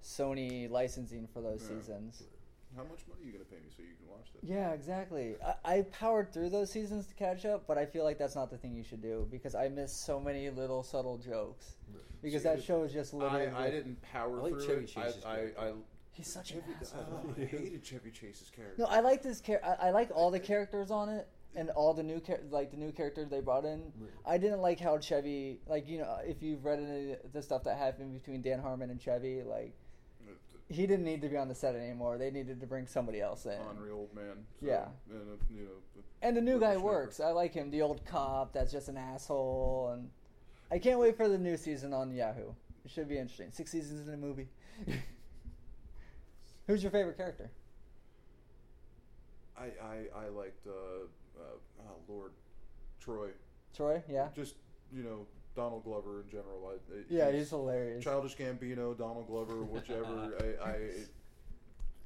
S1: Sony licensing for those
S6: Yeah.
S1: seasons.
S6: How much money are you gonna pay me so you can watch that?
S1: Yeah, exactly. I, I powered through those seasons to catch up, but I feel like that's not the thing you should do because I missed so many little subtle jokes. Because
S6: See,
S1: that show is just literally.
S6: I, I didn't power
S5: I like Chevy
S6: through it.
S5: Chase's
S6: I, I, I,
S1: He's such an
S6: Chevy,
S1: asshole.
S6: oh, I hated Chevy Chase's character.
S1: No, I like this char- I, I like all the characters on it and all the new char- like the new characters they brought in.
S5: Right.
S1: I didn't like how Chevy like you know if you've read any of the stuff that happened between Dan Harmon and Chevy like he didn't need to be on the set anymore. They needed to bring somebody else in.
S6: Ornery old man. So,
S1: Uh, Yeah.
S6: And, uh, you know,
S1: And the new guy
S6: Whippersnapper.
S1: works. I like him. The old cop that's just an asshole. And I can't wait for the new season on Yahoo. It should be interesting. Six seasons in a movie. Who's your favorite character?
S6: I, I, I liked, uh, uh, oh, Lord, Troy.
S1: Troy? Yeah.
S6: Just, you know, Donald Glover in general. I, I-
S1: Yeah, he's hilarious.
S6: Childish Gambino, Donald Glover, whichever. I, I,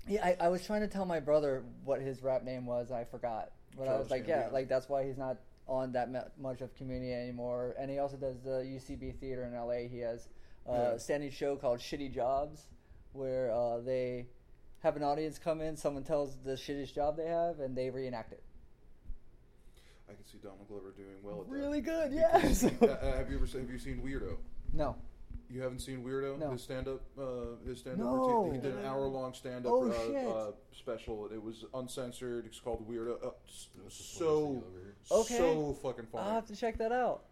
S1: Yeah, I, I was trying to tell my brother what his rap name was. I forgot. But I was
S6: Childish
S1: like, yeah,
S6: Gambino.
S1: like that's why he's not on that mu- much of community anymore. And he also does the UCB theater in LA. He has a
S6: Yeah.
S1: standing show called Shitty Jobs, where uh, they have an audience come in, someone tells the shittiest job they have, and they reenact it.
S6: I can see Donald Glover doing well at
S1: Really good,
S6: that.
S1: yes.
S6: Uh, uh, have you ever se- have you seen Weirdo?
S1: no.
S6: You haven't seen Weirdo?
S1: No.
S6: His stand up uh, his stand up
S1: No.
S6: routine. He did an hour long stand up
S1: Oh,
S6: uh,
S1: shit.
S6: uh, special. It was uncensored. It's called Weirdo. Uh, s-
S5: That's the funniest
S6: so
S5: thing over here.
S1: Okay. Uh,
S6: so fucking funny.
S1: I'll have to check that out.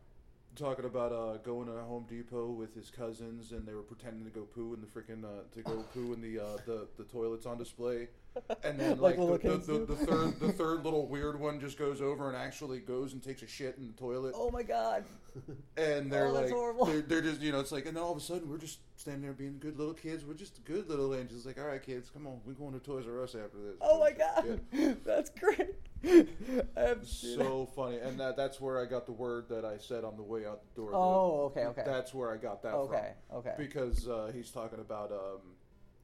S6: talking about uh, going to Home Depot with his cousins, and they were pretending to go poo in the freaking uh, to go poo in the, uh, the the toilets on display. And then
S1: Like
S6: like,
S1: little
S6: the,
S1: kids
S6: the,
S1: do.
S6: the, the third the third little weird one just goes over and actually goes and takes a shit in the toilet.
S1: Oh my god.
S6: and they're
S1: oh, that's
S6: like
S1: horrible.
S6: They're, they're just you know it's like and all of a sudden we're just standing there being good little kids. We're just good little angels. Like all right kids, come on, we're going to Toys R Us after this.
S1: Oh my
S6: Yeah.
S1: god. That's great. I have to do that.
S6: so funny. And that that's where I got the word that I said on the way out the door.
S1: Oh, okay, okay.
S6: That's where I got that
S1: Okay,
S6: from.
S1: okay.
S6: Because uh, he's talking about um,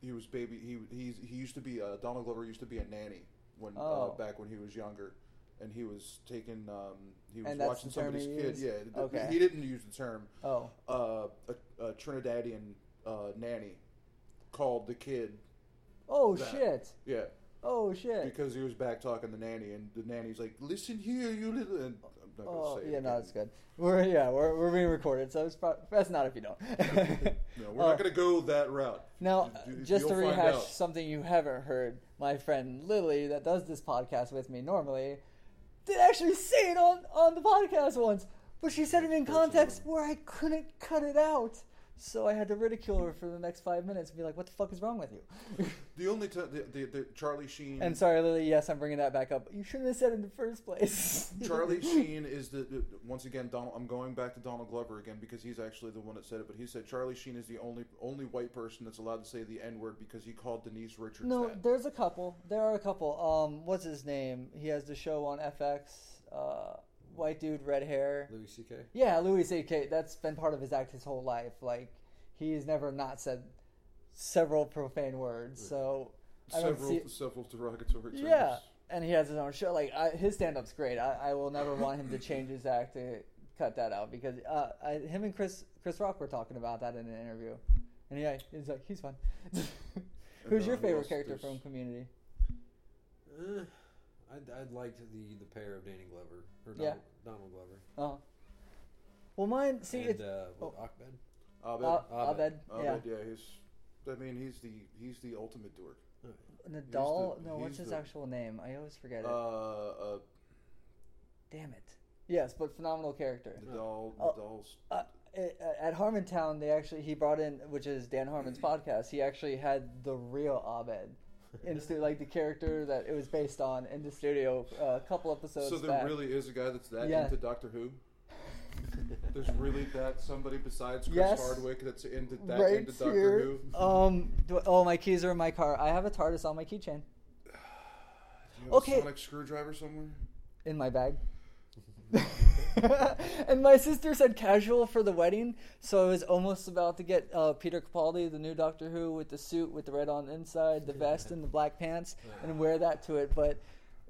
S6: he was baby. He he's, he used to be uh, Donald Glover used to be a nanny when
S1: Oh.
S6: uh, back when he was younger. And he was taking, um, he was
S1: And that's
S6: watching
S1: the term
S6: somebody's
S1: he
S6: kid.
S1: used?
S6: Yeah, th-
S1: Okay.
S6: he didn't use the term.
S1: Oh.
S6: Uh, a, a Trinidadian uh, nanny called the kid.
S1: Oh
S6: that.
S1: shit.
S6: Yeah,
S1: Oh shit.
S6: because he was back talking to nanny, and the nanny's like, "Listen here, you little." And I'm not gonna
S1: Oh
S6: say it
S1: yeah, no,
S6: again.
S1: that's good. We're yeah, we're, we're being recorded, so it's pro- that's not if you don't.
S6: No, we're
S1: Uh,
S6: not gonna go that route.
S1: Now,
S6: You- you-
S1: just to
S6: you'll find
S1: rehash
S6: out.
S1: something you haven't heard, my friend Lily, that does this podcast with me normally, did actually say it on, on the podcast once, but she said it in context where I couldn't cut it out. So I had to ridicule her for the next five minutes and be like, what the fuck is wrong with you?
S6: The only time the, the, the Charlie Sheen
S1: and sorry, Lily, yes, I'm bringing that back up. You shouldn't have said it in the first place.
S6: Charlie Sheen is the, the once again Donald. I'm going back to Donald Glover again because he's actually the one that said it. But he said Charlie Sheen is the only only white person that's allowed to say the N word because he called Denise Richards.
S1: No,
S6: that.
S1: there's a couple. There are a couple. Um, what's his name? He has the show on FX. Uh, white dude, red hair.
S5: Louis C.K.
S1: Yeah, Louis C.K. That's been part of his act his whole life. Like he's never not said several profane words. So I don't
S6: several
S1: see. It.
S6: several derogatory terms.
S1: Yeah, and he has his own show. Like I, his stand-up's great. I, I will never want him to change his act to cut that out because uh, I, him and Chris Chris Rock were talking about that in an interview, and yeah, he's like he's fun. Who's
S6: uh,
S1: your
S6: who
S1: favorite
S6: else?
S1: character
S6: There's-
S1: from Community?
S5: Uh, I'd, I'd liked the the pair of Danny Glover or
S1: Yeah.
S5: Donald, Donald Glover
S1: Oh, well, mine. See,
S5: and
S1: it's
S5: uh,
S1: oh.
S5: what, Ahmed.
S6: Abed,
S1: uh, Abed.
S5: Abed.
S1: Yeah,
S6: Abed, yeah. He's. I mean, he's the he's the ultimate dork.
S1: Nadal.
S6: the-
S1: no, what's
S6: he's
S1: his
S6: the-
S1: actual name? I always forget it.
S6: Uh, uh,
S1: Damn it. Yes, but phenomenal character.
S6: Nadal,
S1: Oh.
S6: Nadal's.
S1: Uh, a- a- at Harmontown, they actually he brought in, which is Dan Harmon's podcast. He actually had the real Abed in stu- like the character that it was based on in the studio uh, a couple episodes
S6: So there
S1: back.
S6: really is a guy that's that
S1: Yeah.
S6: into Doctor Who. There's really that somebody besides Chris
S1: Yes.
S6: Hardwick that's into that
S1: right
S6: into Doctor
S1: here.
S6: Who.
S1: Um. Do, oh, my keys are in my car. I have a TARDIS on my keychain
S6: You have a
S1: Okay.
S6: sonic screwdriver somewhere.
S1: in my bag. and my sister said casual for the wedding, so I was almost about to get uh, Peter Capaldi, the new Doctor Who, with the suit with the red on the inside, the vest, and the black pants, and wear that to it. But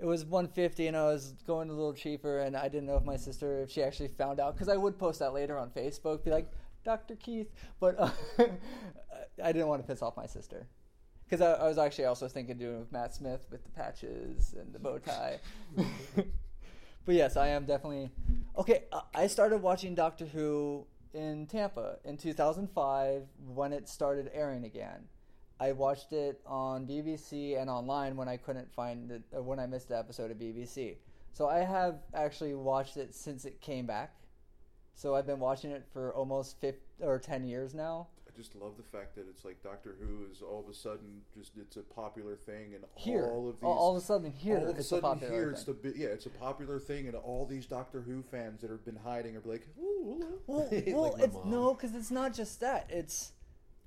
S1: it was 150, and I was going a little cheaper, and I didn't know if my sister, if she actually found out, because I would post that later on Facebook, be like, Dr. Keith, but uh, I didn't want to piss off my sister. Because I, I was actually also thinking doing with Matt Smith with the patches and the bow tie. But yes, I am definitely okay. uh, I started watching Doctor Who in Tampa in 2005 when it started airing again. I watched it on BBC and online when I couldn't find it uh, when I missed the episode of BBC. So I have actually watched it since it came back. So I've been watching it for almost fif or 10 years now.
S6: I just love the fact that it's like Doctor Who is all of a sudden just it's a popular thing and
S1: Here,
S6: all of these
S1: all of a sudden here,
S6: all of a
S1: it's
S6: sudden
S1: a popular
S6: here
S1: thing.
S6: it's the bi- yeah it's a popular thing and all these Doctor Who fans that have been hiding are like ooh, ooh, ooh,
S1: Well,
S5: Like
S1: well
S5: my
S1: it's
S5: mom.
S1: no, because it's not just that. It's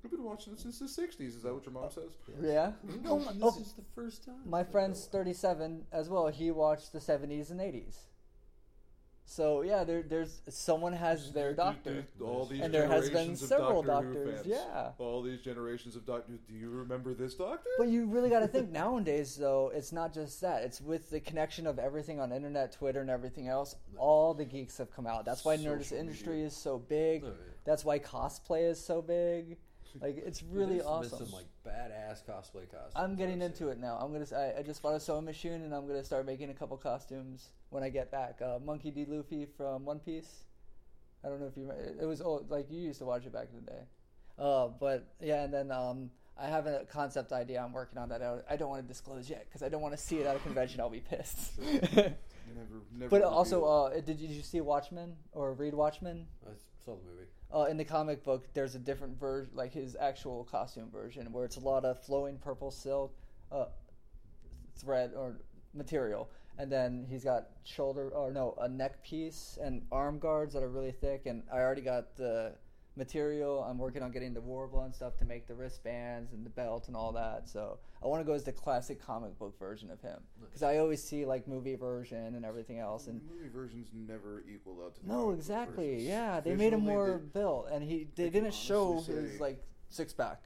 S6: I've been watching it since the '60s. Is that what your mom says?
S1: yeah.
S5: No, this
S1: oh.
S5: is the first time.
S1: My friend's 37 as well. He watched the 70s and 80s. So yeah, there, there's someone has their doctor.
S6: All these
S1: And there has been
S6: generations of
S1: several
S6: Doctor Who
S1: doctors,
S6: fans.
S1: yeah.
S6: All these generations of Doctor. Do you remember this Doctor?
S1: But you really got to think nowadays, though. It's not just that. It's with the connection of everything on internet, Twitter, and everything else. All the geeks have come out. That's why
S6: Social
S1: Nerdist
S6: media.
S1: industry is so big.
S5: Oh, yeah.
S1: That's why cosplay is so big. Like it's really awesome.
S5: Some like badass cosplay costumes.
S1: I'm getting
S5: I've seen.
S1: into it now. I'm gonna. s- I, I just bought a sewing machine, and I'm gonna start making a couple costumes when I get back. Uh, Monkey D. Luffy from One Piece. I don't know if you. remember. It was old. Like you used to watch it back in the day. Uh, but yeah, and then um, I have a concept idea. I'm working on that. I, I don't want to disclose yet because I don't want to see it at a convention. I'll be pissed.
S6: Never, never.
S1: but
S6: revealed.
S1: also, uh, did, you- did you see Watchmen or read Watchmen?
S5: I saw the movie.
S1: uh, in the comic book, there's a different version, like his actual costume version, where it's a lot of flowing purple silk, uh, thread or material, and then he's got shoulder or no a neck piece and arm guards that are really thick. And I already got the material. I'm working on getting the warble and stuff to make the wristbands and the belt and all that. So I want to go as the classic comic book version of him because I always see like movie version and everything else. And
S6: movie versions never equal out to the comic
S1: no,
S6: book
S1: exactly.
S6: versions.
S1: Yeah, they
S6: There's
S1: made him
S6: only
S1: more
S6: the-
S1: built, and he they
S6: I can
S1: didn't show
S6: honestly
S1: his
S6: say-
S1: like six pack.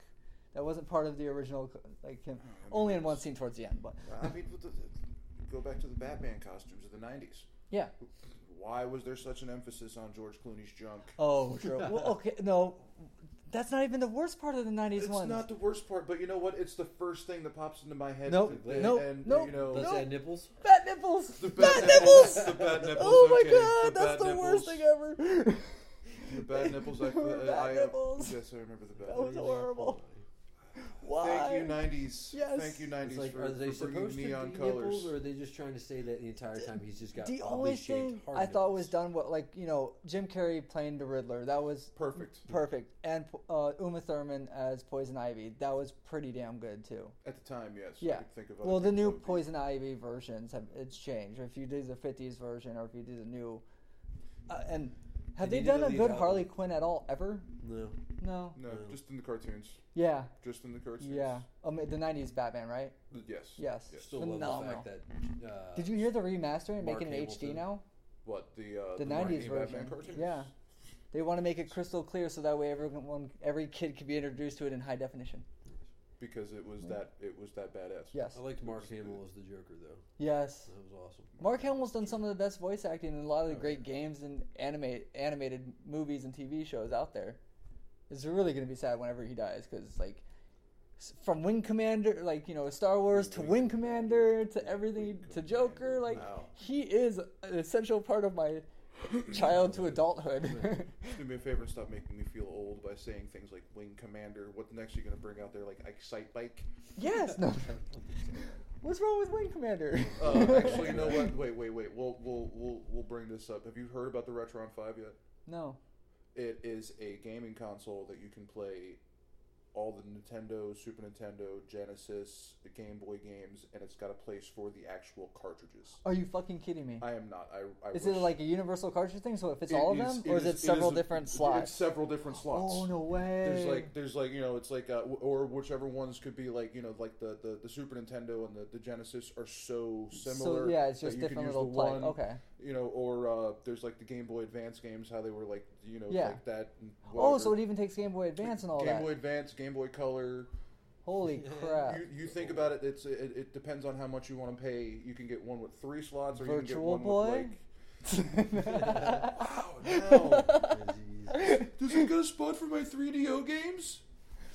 S1: That wasn't part of the original, c- like
S6: Oh,
S1: him. only in one scene towards the end, but
S6: I mean, with the, the- go back to the Batman costumes of the '90s.
S1: yeah.
S6: Why was there such an emphasis on George Clooney's junk?
S1: Oh, sure. well, okay, no, that's not even the worst part of the '90s
S6: It's
S1: ones.
S6: not the worst part, but you know what? It's the first thing that pops into my head.
S1: Nope,
S6: today,
S1: nope,
S6: and,
S1: nope,
S6: You know,
S5: Does
S1: Oh, No.
S5: it have nipples?
S1: Bat nipples. Bat,
S6: bat
S1: nipples.
S6: nipples, the bat nipples,
S1: Oh my
S6: okay,
S1: god,
S6: the
S1: that's
S6: bat
S1: the worst
S6: nipples.
S1: thing ever.
S6: The bad nipples. I,
S1: Bad
S6: I, I,
S1: nipples.
S6: Yes, I remember the bad.
S1: that was
S6: nipples.
S1: horrible. Why?
S6: Thank you, '90s.
S1: Yes.
S6: Thank you,
S5: It's
S6: '90s
S5: like,
S6: for,
S5: are they
S6: for bringing
S5: supposed to be
S6: neon
S5: nipples,
S6: colors.
S5: or are they just trying to say that the entire time he's just got
S1: the
S5: oddly
S1: only
S5: shaped
S1: thing
S5: hard
S1: I thought was
S5: nipples?
S1: done what like you know Jim Carrey playing the Riddler that was
S6: Perfect.
S1: perfect and uh, Uma Thurman as Poison Ivy that was pretty damn good too.
S6: At the time, yes. I
S1: Yeah.
S6: could think of other
S1: Well, the
S6: people that
S1: new
S6: would be-
S1: Poison Ivy versions have it's changed. If you do the '50s version, or if you do the new, uh, and have
S5: And
S1: they
S5: you
S1: done
S5: know
S1: a
S5: the
S1: good
S5: other-
S1: Harley Quinn at all ever?
S5: No.
S1: No.
S6: No,
S5: No.
S6: just in the cartoons.
S1: Yeah.
S6: Just in the cartoons.
S1: Yeah. Um, the '90s Batman, right?
S6: Th- Yes.
S1: Yes.
S6: Yes.
S5: Still
S1: Phenomenal.
S5: love the fact that. Uh,
S1: Did you hear the remaster and
S5: Mark
S1: making it HD
S5: Hamilton.
S1: now?
S6: What the uh,
S1: The '90s
S6: Batman
S1: version.
S6: cartoons?
S1: Yeah. They want to make it crystal clear so that way everyone, every kid can be introduced to it in high definition.
S6: Because it was that it was that badass.
S1: Yes.
S5: I liked Mark Hamill as the Joker though.
S1: Yes.
S5: That was awesome.
S1: Mark Hamill's done some of the best voice acting in a lot of the great games and animate, animated movies and TV shows out there. It's really going to be sad whenever he dies because, like, s- from Wing Commander, like, you know, Star Wars to Wing Commander to everything to Joker, like,
S6: Wow.
S1: he is an essential part of my child to adulthood.
S6: Just do me a favor and stop making me feel old by saying things like Wing Commander. What next you gonna bring out there? Like Excite Bike?
S1: yes, no. What's wrong with Wing Commander?
S6: Uh, actually, you know what? Wait, wait, wait. We'll we'll we'll we'll bring this up. Have you heard about the Retron Five yet?
S1: no.
S6: It is a gaming console that you can play all the Nintendo, Super Nintendo, Genesis, the Game Boy games, and it's got a place for the actual cartridges.
S1: Are you fucking kidding me?
S6: I am not. I, I
S1: Is it
S6: wish-
S1: like a universal cartridge thing? So it fits
S6: It
S1: all of
S6: is-
S1: them, or is it
S6: is
S1: several
S6: a-
S1: different
S6: It's
S1: slots?
S6: several different slots.
S1: Oh no way!
S6: There's like there's like you know it's like uh, w- or whichever ones could be like you know like the the, the Super Nintendo and the, the Genesis are so similar.
S1: So yeah, it's
S6: that
S1: just
S6: you can
S1: different
S6: use
S1: little
S6: the
S1: play.
S6: one,
S1: Okay.
S6: You know, or uh, there's like the Game Boy Advance games, how they were like you know
S1: Yeah.
S6: like that. And
S1: Oh, so it
S6: whatever.
S1: even takes Game Boy Advance and all
S6: Game
S1: that.
S6: Boy Advance, Game Boy Color.
S1: Holy crap!
S6: You, you think about it, it's it, it depends on how much you want to pay. You can get one with three slots, or you can get
S1: Virtual
S6: one
S1: Boy?
S6: with like. Wow, oh, no. Does it get a spot for my 3DO games?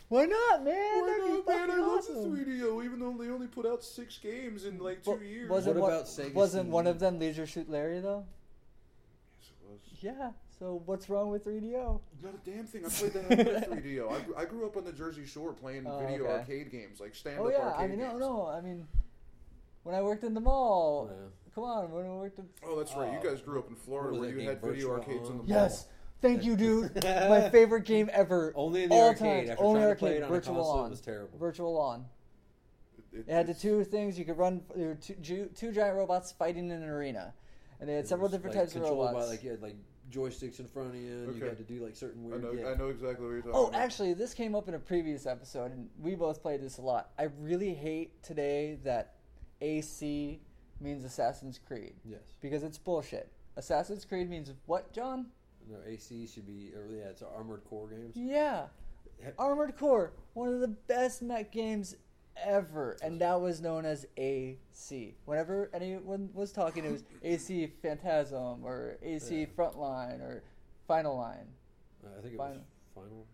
S1: Why not, man?
S6: Why
S1: That'd be
S6: not, man? I
S1: fucking
S6: love
S1: awesome.
S6: the 3DO, Oh, even though they only put out six games in like two
S1: Wa-
S6: years.
S1: Wasn't
S5: What
S1: one-
S5: about Sega
S1: wasn't
S5: CD?
S1: one of them Leisure Suit Larry though?
S6: Yes, it was.
S1: Yeah. So what's wrong with 3DO?
S6: Not a damn thing. I played that on my 3DO. I, gr- I grew up on the Jersey Shore playing
S1: Oh,
S6: video
S1: okay.
S6: arcade games, like stand up
S1: oh yeah,
S6: arcade
S1: I mean no,
S6: games.
S1: no, I mean when I worked in the mall.
S5: Yeah.
S1: Come on, when I worked in
S6: Oh, that's right. You guys grew up in Florida
S5: what was
S6: where
S5: that
S6: you
S5: game,
S6: had video
S5: Virtua
S6: arcades in the
S5: Home?
S6: mall.
S1: Yes. Thank you, dude. My favorite game ever.
S5: Only in the
S1: All
S5: arcade.
S1: times.
S5: After
S1: Only
S5: trying
S1: arcade.
S5: to play it on
S1: Virtual
S5: a console,
S1: on.
S5: it was terrible.
S1: Virtual on.
S6: It,
S1: It had the
S6: it's-
S1: two things you could run. There were two, ju- two giant robots fighting in an arena, and they had
S5: It
S1: several
S5: was,
S1: different
S5: like,
S1: types of
S5: controlled
S1: robots.
S5: By, like you had like joysticks in front of you, and you
S6: Okay.
S5: had to do like certain
S6: I
S5: weird.
S6: know,
S5: yeah.
S6: I know exactly what you're talking
S1: oh,
S6: about.
S1: actually, this came up in a previous episode, and we both played this a lot. I really hate today that AC means Assassin's Creed
S5: Yes.
S1: because it's bullshit. Assassin's Creed means what, John?
S5: No, AC should be. Or, yeah, it's Armored Core games.
S1: Yeah, Armored Core, one of the best mech games ever, and that was known as AC. Whenever anyone was talking, it was AC Phantasm or AC
S5: Yeah.
S1: Frontline or Final Line.
S5: Uh, I think it was
S1: Final.
S5: Final.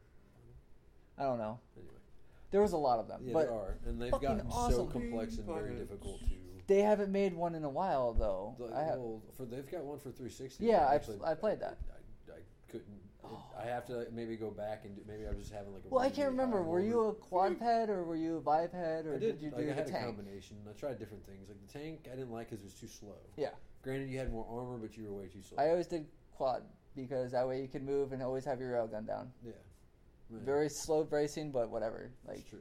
S1: I don't know.
S5: Anyway,
S1: There was a lot of them,
S5: yeah,
S1: but
S5: there are, and they've
S1: fucking
S5: gotten so
S1: awesome.
S5: complex and very
S6: Fucking-
S5: difficult to.
S1: they haven't made one in a while though.
S5: Like,
S1: I have,
S5: well, for they've got one for 360.
S1: Yeah,
S5: but
S1: I
S5: actually,
S1: pl- I played that.
S5: I, I couldn't. it- I have to like, maybe go back and do, maybe I was just having like. A
S1: well, I
S5: really
S1: can't remember.
S5: high
S1: Were you
S5: order-
S1: a quadruped or were you a biped or
S5: I
S1: did,
S5: did.
S1: you do
S5: like, I
S1: the
S5: had a
S1: tank?
S5: combination. I tried different things. Like the tank, I didn't like because it was too slow.
S1: Yeah,
S5: Granted, you had more armor, but you were way too slow.
S1: I always did quad because that way you can move and always have your railgun down.
S5: yeah. Yeah,
S1: Very slow bracing, but whatever.
S5: that's
S1: Like
S5: true.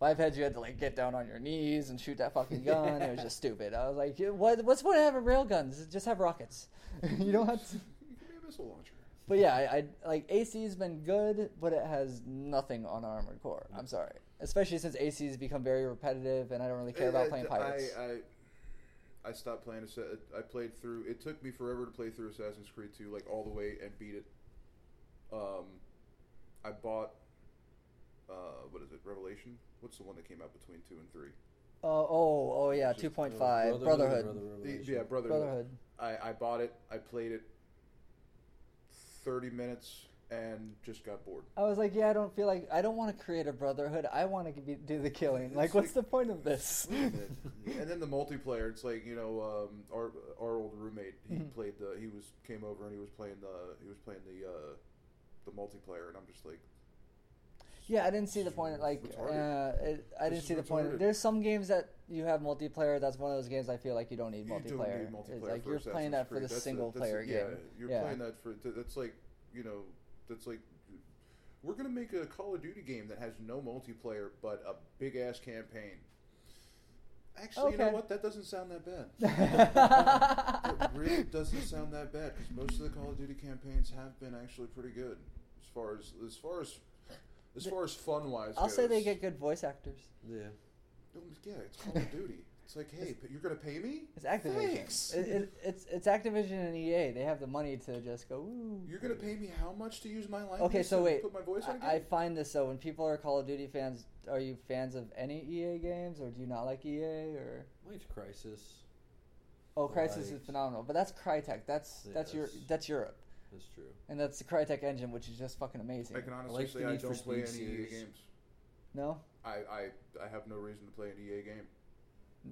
S1: Five heads, you had to like get down on your knees and shoot that fucking gun. It was just stupid. I was like, "Yeah, what, what's the point of having railguns? Just have rockets. you don't have to.
S6: You can be a missile launcher.
S1: But yeah, I, I like AC's been good, but it has nothing on Armored Core. I'm sorry, especially since AC's become very repetitive, and I don't really care about
S6: I-
S1: playing
S6: I-
S1: pirates.
S6: I, I, I stopped playing. Assa- I played through. It took me forever to play through Assassin's Creed 2, like all the way and beat it. Um, I bought. Uh, what is it? Revelation. What's the one that came out between two and three?
S1: oh, oh, oh yeah, two point five Brotherhood.
S6: The-
S5: Brotherhood.
S6: yeah, Brotherhood.
S1: Brotherhood.
S6: I, I bought it. I played it. Thirty minutes and just got bored.
S1: I was like, yeah, I don't feel like I don't want to create a Brotherhood. I want to be, do the killing. Like,
S6: It's
S1: what's
S6: like-
S1: the point of this?
S6: and then the multiplayer, it's like you know, um, our our old roommate. He
S1: Mm-hmm.
S6: played the. He was came over and he was playing the. He was playing the. Uh, the multiplayer, and I'm just like,
S1: Yeah, I didn't see the point. Like, uh,
S6: Retarded.
S1: it, I
S6: This
S1: didn't
S6: is
S1: see the point.
S6: retarded.
S1: There's some games that you have multiplayer. That's one of those games I feel like you don't need
S6: you don't need
S1: multiplayer.
S6: multiplayer
S1: It's like
S6: for
S1: you're playing
S6: Assassin's
S1: that for
S6: Creed.
S1: the
S6: That's a-
S1: single
S6: that's a-
S1: player
S6: yeah,
S1: game.
S6: You're
S1: Yeah.
S6: playing that for. th- That's like you know. That's like. We're gonna make a Call of Duty game that has no multiplayer but a big ass campaign. Actually, you know
S1: Okay.
S6: what? That doesn't sound that bad. It really doesn't sound that bad because most of the Call of Duty campaigns have been actually pretty good as far as as far as as far as fun wise.
S1: I'll say they get good voice actors.
S5: Yeah.
S6: Yeah, it's Call of Duty. It's like, hey, but you're gonna pay me?
S1: It's Activision.
S6: Thanks.
S1: It, it, it's it's Activision and EA. They have the money to just go. Ooh.
S6: You're gonna pay me how much to use my line?
S1: Okay, so wait.
S6: Put my voice on.
S1: I, I
S6: again?
S1: find this though. When people are Call of Duty fans, are you fans of any EA games, or do you not like EA? Or
S5: Like Crisis.
S1: oh, Crisis
S5: Like-
S1: is phenomenal, but that's Crytek. That's that's your
S5: Yes.
S1: that's Europe,
S5: That's true.
S1: and that's the Crytek engine, which is just fucking amazing.
S6: I can honestly
S5: like
S6: say
S5: the
S6: I
S5: Need for
S6: don't play
S5: Speed
S6: any EA
S5: series.
S6: games.
S1: No,
S6: I, I I have no reason to play an EA game.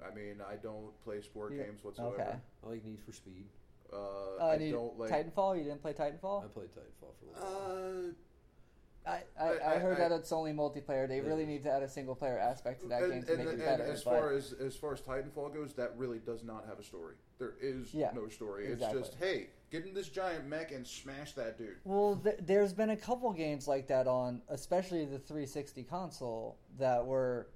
S6: I mean, I don't play sport
S1: You-
S6: games whatsoever.
S1: okay.
S5: I like Need for Speed.
S6: Uh,
S1: Uh,
S6: I
S1: and you-
S6: don't like.
S1: Titanfall. You didn't play
S5: I
S1: Titanfall.
S5: played Titanfall for a
S6: Uh,
S5: little while.
S1: I, I, I,
S6: I- I-
S1: heard
S6: I-
S1: that it's only multiplayer. They
S5: Yeah.
S1: really need to add a single player aspect to that
S6: and,
S1: game to
S6: and-
S1: make it
S6: and
S1: better.
S6: as
S1: but-
S6: far as as far as Titanfall goes, that really does not have a story. There is
S1: Yeah,
S6: no story.
S1: exactly.
S6: It's just hey, get in this giant mech and smash that dude.
S1: Well, th- there's been a couple games like that on, especially the 360 console, that were,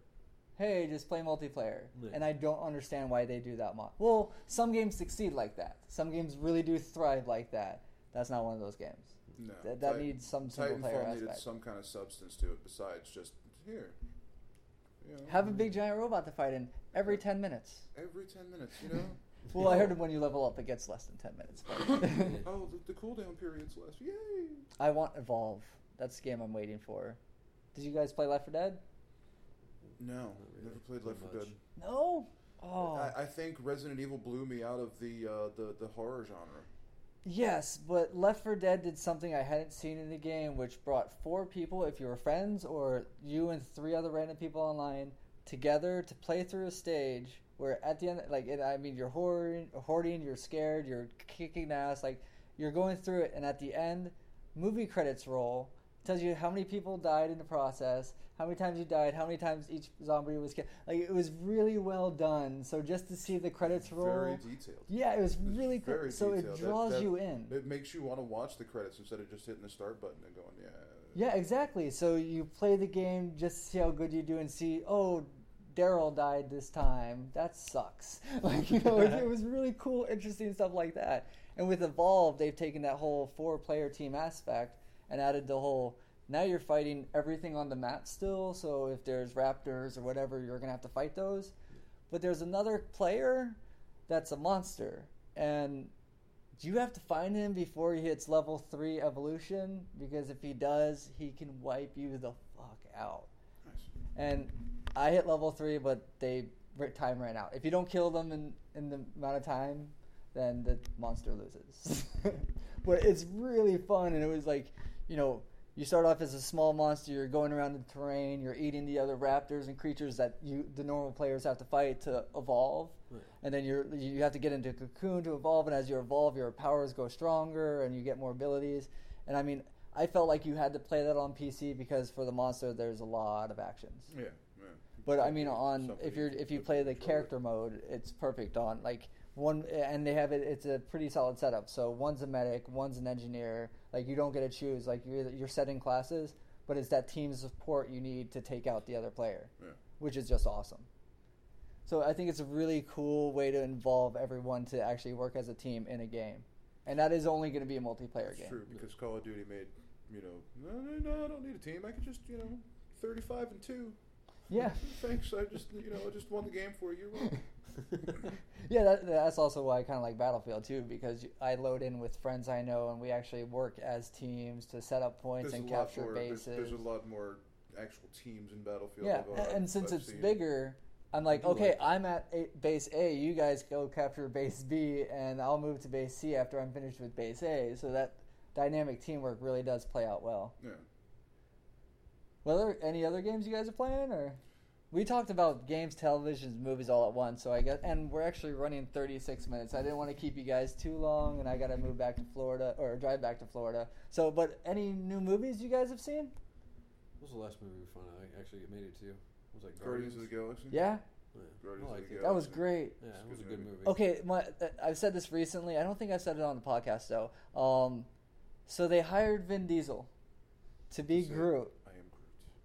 S1: hey, just play multiplayer.
S5: Yeah.
S1: And I don't understand why they do that much. Well, some games succeed like that. Some games really do thrive like that. That's not one of those games.
S6: No,
S1: That, that
S6: Tit-
S1: needs some single player
S6: Titanfall needed
S1: aspect.
S6: some kind of substance to it besides just here. You know,
S1: Have a big giant robot to fight in every 10 minutes.
S6: every ten minutes, you know.
S1: Well, I heard when you level up, it gets less than 10 minutes. but-
S6: oh, the, the cooldown period's less. Yay!
S1: I want Evolve. That's the game I'm waiting for. Did you guys play Left 4 Dead?
S6: No,
S5: really.
S6: never played
S5: Not
S6: Left 4
S5: much.
S6: Dead.
S1: No. Oh.
S6: I, I think Resident Evil blew me out of the uh, the the horror genre.
S1: Yes, but Left 4 Dead did something I hadn't seen in the game, which brought four people, if you were friends, or you and three other random people online, together to play through a stage where at the end, like, it, I mean, you're hoarding, hoarding, you're scared, you're kicking ass, like, you're going through it, and at the end, movie credits roll, tells you how many people died in the process, how many times you died, how many times each zombie was killed. Like, it was really well done, so just to see the credits roll.
S6: Very detailed.
S1: Yeah, it was
S6: It's
S1: really cool.
S6: very
S1: So it
S6: detailed. That-
S1: draws
S6: that-
S1: you in.
S6: It makes you want to watch the credits instead of just hitting the start button and going, yeah.
S1: yeah, exactly. So you play the game just to see how good you do and see, oh, Daryl died this time. That sucks. Like, you know, it, it was really cool, interesting stuff like that. And with Evolve, they've taken that whole four player team aspect and added the whole now you're fighting everything on the map still. So if there's raptors or whatever, you're going to have to fight those. But there's another player that's a monster. And do you have to find him before he hits level three evolution? Because if he does, he can wipe you the fuck out.
S6: Nice.
S1: And I hit level three, but they r- time ran out. If you don't kill them in, in the amount of time, then the monster loses. but it's really fun, and it was like, you know, you start off as a small monster. You're going around the terrain. You're eating the other raptors and creatures that you the normal players have to fight to evolve.
S5: Right.
S1: And then you're you have to get into a cocoon to evolve. And as you evolve, your powers go stronger, and you get more abilities. And I mean, I felt like you had to play that on PC because for the monster, there's a lot of actions.
S6: Yeah. yeah.
S1: But I
S6: Something-
S1: mean, on
S6: something
S1: if you're
S6: you
S1: if you
S6: can
S1: play the
S6: control it.
S1: character mode, it's perfect on like one, and they have it. It's a pretty solid setup. So one's a medic, one's an engineer. Like you don't get to choose. Like you're either- you're setting classes, but it's that team support you need to take out the other player,
S6: Yeah.
S1: which is just awesome. So I think it's a really cool way to involve everyone to actually work as a team in a game, and that is only going to be a multiplayer
S6: It's
S1: game.
S6: true because Call of Duty made you know no no no I don't need a team I could just you know thirty five and two
S1: Yeah,
S6: thanks I just you know I just won the game for you You're welcome.
S1: yeah. That, that's also why I kind of like Battlefield too because you- I load in with friends I know, and we actually work as teams to set up points
S6: there's a
S1: and
S6: lot
S1: capture
S6: more there's,
S1: bases.
S6: there's a lot more actual teams in Battlefield
S1: Yeah,
S6: I've-
S1: a-
S6: I've-
S1: and since
S6: I've
S1: it's
S6: seen.
S1: bigger, I'm like,
S6: do like
S1: okay,
S6: it.
S1: I'm at a, base A. You guys go capture base B, and I'll move to base C after I'm finished with base A. So that dynamic teamwork really does play out well.
S6: yeah
S1: Were there any other games you guys are playing, or we talked about games, televisions, movies all at once? So I guess, and we're actually running 36 minutes. I didn't want to keep you guys too long, and I got to move back to Florida or drive back to Florida. So, but any new movies you guys have seen?
S5: What was the last movie we found out? I actually made it to. Was that
S6: Guardians of the Galaxy
S1: Yeah,
S5: Yeah. I
S6: Guardians of the
S5: liked it.
S6: Galaxy.
S1: that was great.
S5: Yeah,
S6: It's
S5: it
S6: a
S5: was a
S6: good
S5: good
S6: movie.
S5: movie.
S1: Okay, my, uh, I've said this recently. I don't think I said it on the podcast though. Um, so they hired Vin Diesel to be
S6: So-
S1: Groot.
S6: I am Groot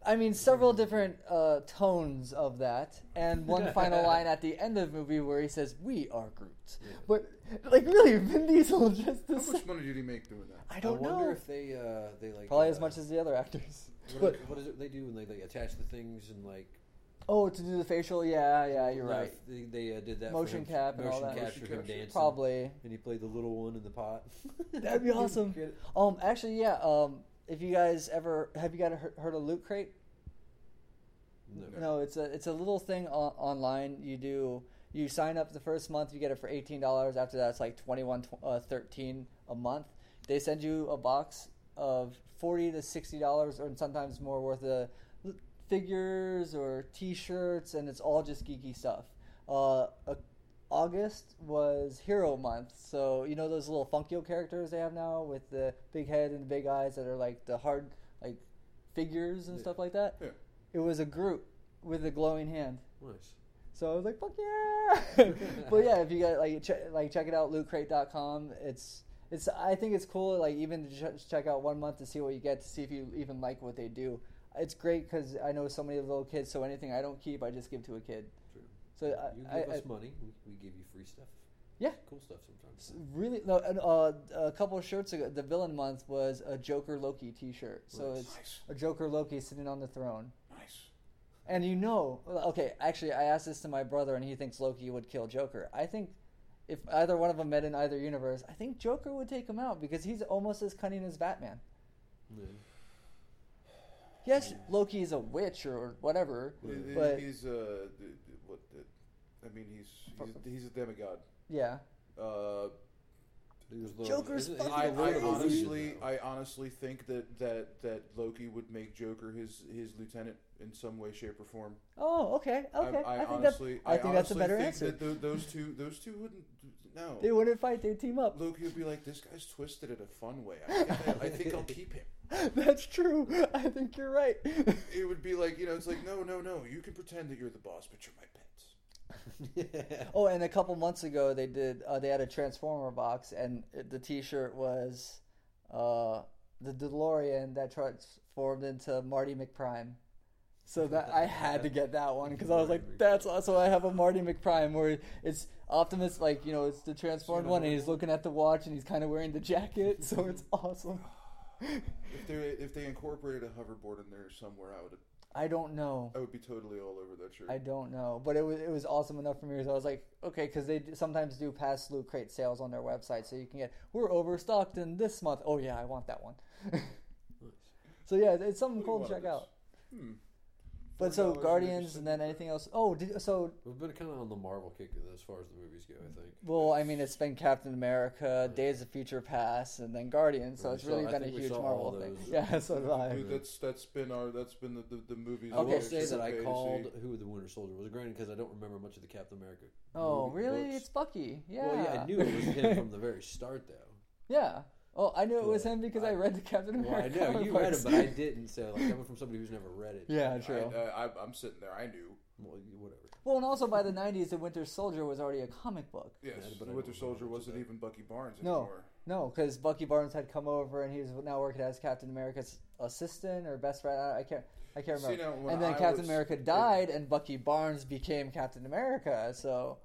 S1: I mean, several different uh, tones of that, and one final line at the end of the movie where he says, "We are Groot." But like, really, Vin Diesel just
S6: how
S1: this.
S6: much money did he make doing that
S1: I don't
S5: wonder
S1: know.
S5: if they uh, they like
S1: Probably
S5: uh,
S1: as much as the other actors. But
S5: What, do- what is it they do when they like attach the things and like?
S1: oh, to do the facial, yeah, yeah, you're
S5: No,
S1: right.
S5: They, they uh, did that for
S1: Motion
S5: him-
S1: cap and all
S5: motion
S1: that.
S5: capture
S6: Motion
S5: him
S6: capture.
S5: dancing.
S1: Probably.
S5: And he played the little one in the pot.
S1: That'd be awesome.
S5: Get it?
S1: Um, actually, yeah. Um, if you guys ever have you guys he- heard of Loot Crate?
S5: No.
S1: No, it's a it's a little thing on, online. You do you sign up the first month, you get it for eighteen dollars. After that, it's like twenty one, uh, thirteen a month. They send you a box of forty to sixty dollars, or sometimes more worth of l- figures or T-shirts, and it's all just geeky stuff. Uh, a, August was Hero Month, so you know those little Funkio characters they have now with the big head and the big eyes that are like the hard like figures and
S5: Yeah.
S1: stuff like that.
S6: yeah
S1: It was a Groot with a glowing hand.
S5: Nice.
S1: So I was like, "Fuck yeah!" but yeah, if you got like check like check it out, lootcrate.com. It's it's I think it's cool. Like even to ch- check out one month to see what you get to see if you even like what they do. It's great because I know so many of the little kids. So anything I don't keep, I just give to a kid.
S5: True.
S1: So I,
S5: you
S1: I,
S5: give
S1: I-
S5: us money, we, we give you free stuff.
S1: Yeah.
S5: Cool stuff sometimes.
S1: s- really no. And, uh, a couple of shirts ago, the villain month was a Joker Loki T-shirt. So
S5: Nice.
S1: it's
S6: nice
S1: a Joker Loki sitting on the throne.
S6: nice
S1: And you know, okay, actually, I asked this to my brother, and he thinks Loki would kill Joker. I think if either one of them met in either universe, I think Joker would take him out because he's almost as cunning as Batman.
S5: Yeah.
S1: Yes, Loki is a witch or whatever,
S6: He- he-
S1: but
S6: he's uh d- d- what the- I mean he's he's, he's a demigod
S1: yeah,
S6: uh
S5: He was little-
S1: Joker's
S5: isn't- isn't
S6: I,
S5: he
S1: fucking
S5: little
S6: I
S5: bit older
S6: honestly,
S5: though?
S6: I honestly think that, that that Loki would make Joker his his lieutenant in some way, shape, or form.
S1: oh, okay,
S6: I-
S1: okay,
S6: I,
S1: I, think that
S6: honestly,
S1: I think that's a
S6: honestly
S1: better
S6: think
S1: answer.
S6: That tho- those two, those two wouldn't. No,
S1: they wouldn't fight; they would team up.
S6: Loki would be like, "This guy's twisted in a fun way. I think, I, I think I'll keep him."
S1: that's true. I think you're right.
S6: It would be like, you know, it's like, "No, no, no. You can pretend that you're the boss, but you're my pets."
S1: Oh, and a couple months ago they did uh, they had a Transformer box, and it, the T-shirt was uh, the DeLorean that transformed into Marty McPrime. So that I had to get that one because I was like, that's also I have a Marty McPrime where it's Optimus like you know it's the transformed one, and he's looking at the watch, and he's kind of wearing the jacket, so it's awesome.
S6: If they if they incorporated a hoverboard in there somewhere, I would
S1: I don't know.
S6: I would be totally all over that shirt.
S1: I don't know, but it was it was awesome enough for me. So I was like, okay, because they d- sometimes do pass loot crate sales on their website, so you can get we're overstocked in this month. Oh yeah, I want that one. so yeah, it's something
S6: Wouldn't
S1: cool to
S6: want
S1: check
S6: this.
S1: out.
S6: Hmm.
S1: But so
S6: $4.97.
S1: Guardians and then anything else. Oh, did, so
S5: We've been kind of on the Marvel kick as far as the movies go, I think.
S1: well, I mean, it's been Captain America, Days of Future Past, and then Guardians. So
S5: We
S1: it's
S5: saw-
S1: really
S5: I
S1: been a
S5: think we
S1: huge
S5: saw all
S1: Marvel thing.
S5: those.
S1: Yeah, so did I.
S6: Dude, that's that's been our that's been the the, the movies.
S5: I
S1: Okay.
S5: will say that I
S6: pay to see.
S5: called who the Winter Soldier was, granted because I don't remember much of the Captain America.
S1: Oh,
S5: movie
S1: really?
S5: books.
S1: It's Bucky. Yeah.
S5: Well, yeah, I knew it was him from the very start, though.
S1: yeah. Oh, I knew it was
S5: But
S1: him because I,
S5: I-
S1: read the Captain
S5: Well, I
S1: America.
S5: know
S1: comic
S5: you read
S1: books.
S5: it, but I didn't. So, like, coming from somebody who's never read it,
S1: yeah,
S6: I, uh,
S1: true.
S6: I, I, I'm sitting there. I knew.
S5: well, you- whatever.
S1: Well, and also by the '90s, The Winter Soldier was already a comic book.
S6: Yes,
S5: but I
S6: Winter
S5: don't know
S6: Soldier
S5: much
S6: wasn't
S5: about it.
S6: even Bucky Barnes
S1: No.
S6: anymore.
S1: No, because Bucky Barnes had come over and he was now working as Captain America's assistant or best friend. I, I can't. I can't
S6: See,
S1: remember.
S6: now, when
S1: and then
S6: I
S1: Captain
S6: was-
S1: America died, and Bucky Barnes became Captain America. So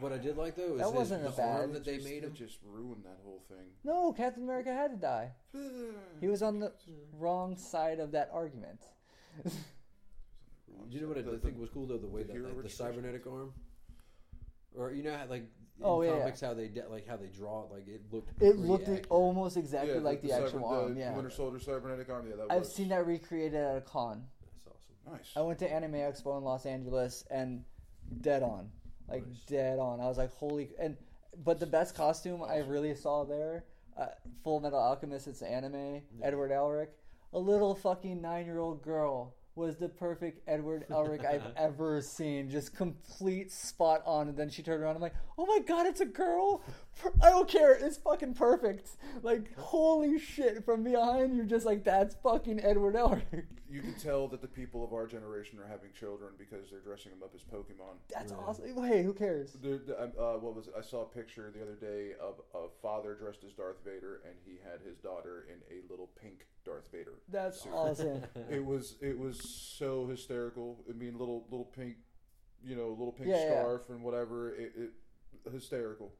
S5: What I did like though is
S1: That
S5: his-
S1: wasn't
S5: the
S1: a bad-
S5: arm that they
S6: Just-
S5: made
S6: it
S5: him.
S6: just ruined that whole thing.
S1: no, Captain America had to die. He was on the wrong side of that argument.
S5: You know what I
S6: The-
S5: did
S6: the-
S5: think was cool though the way
S6: the
S5: that
S6: hero
S5: like, the
S6: restrictions.
S5: cybernetic arm, or you know how like in
S1: Oh, yeah, yeah.
S5: comics how they de- like how they draw it like it looked.
S1: It
S5: pretty
S1: looked oh
S5: accurate.
S1: almost exactly
S6: yeah,
S1: like the, actual
S6: cyber,
S1: arm.
S6: the
S1: Yeah,
S6: Winter Soldier cybernetic arm. Yeah, that
S1: I've
S6: was
S1: seen that recreated at a con.
S5: That's awesome.
S6: Nice.
S1: I went to Anime Expo in Los Angeles and dead on, like dead on. I was like, holy! And but the best costume I really saw there, uh, Full Metal Alchemist. It's anime. Edward Elric, a little fucking nine-year-old girl was the perfect Edward Elric I've ever seen. Just complete spot on. And then she turned around. I'm like, oh my god, it's a girl. Per- I don't care. It's fucking perfect. Like holy shit! From behind, you're just like, that's fucking Edward Elric.
S6: you can tell that the people of our generation are having children because they're dressing them up as Pokemon.
S1: That's awesome. Hey, who cares?
S6: The, the, um, uh, what was it? I saw a picture the other day of a father dressed as Darth Vader, and he had his daughter in a little pink Darth Vader.
S1: That's
S6: suit.
S1: awesome.
S6: It was it was so hysterical. I mean, little little pink, you know, little pink
S1: Yeah, yeah.
S6: scarf and whatever. It, it hysterical,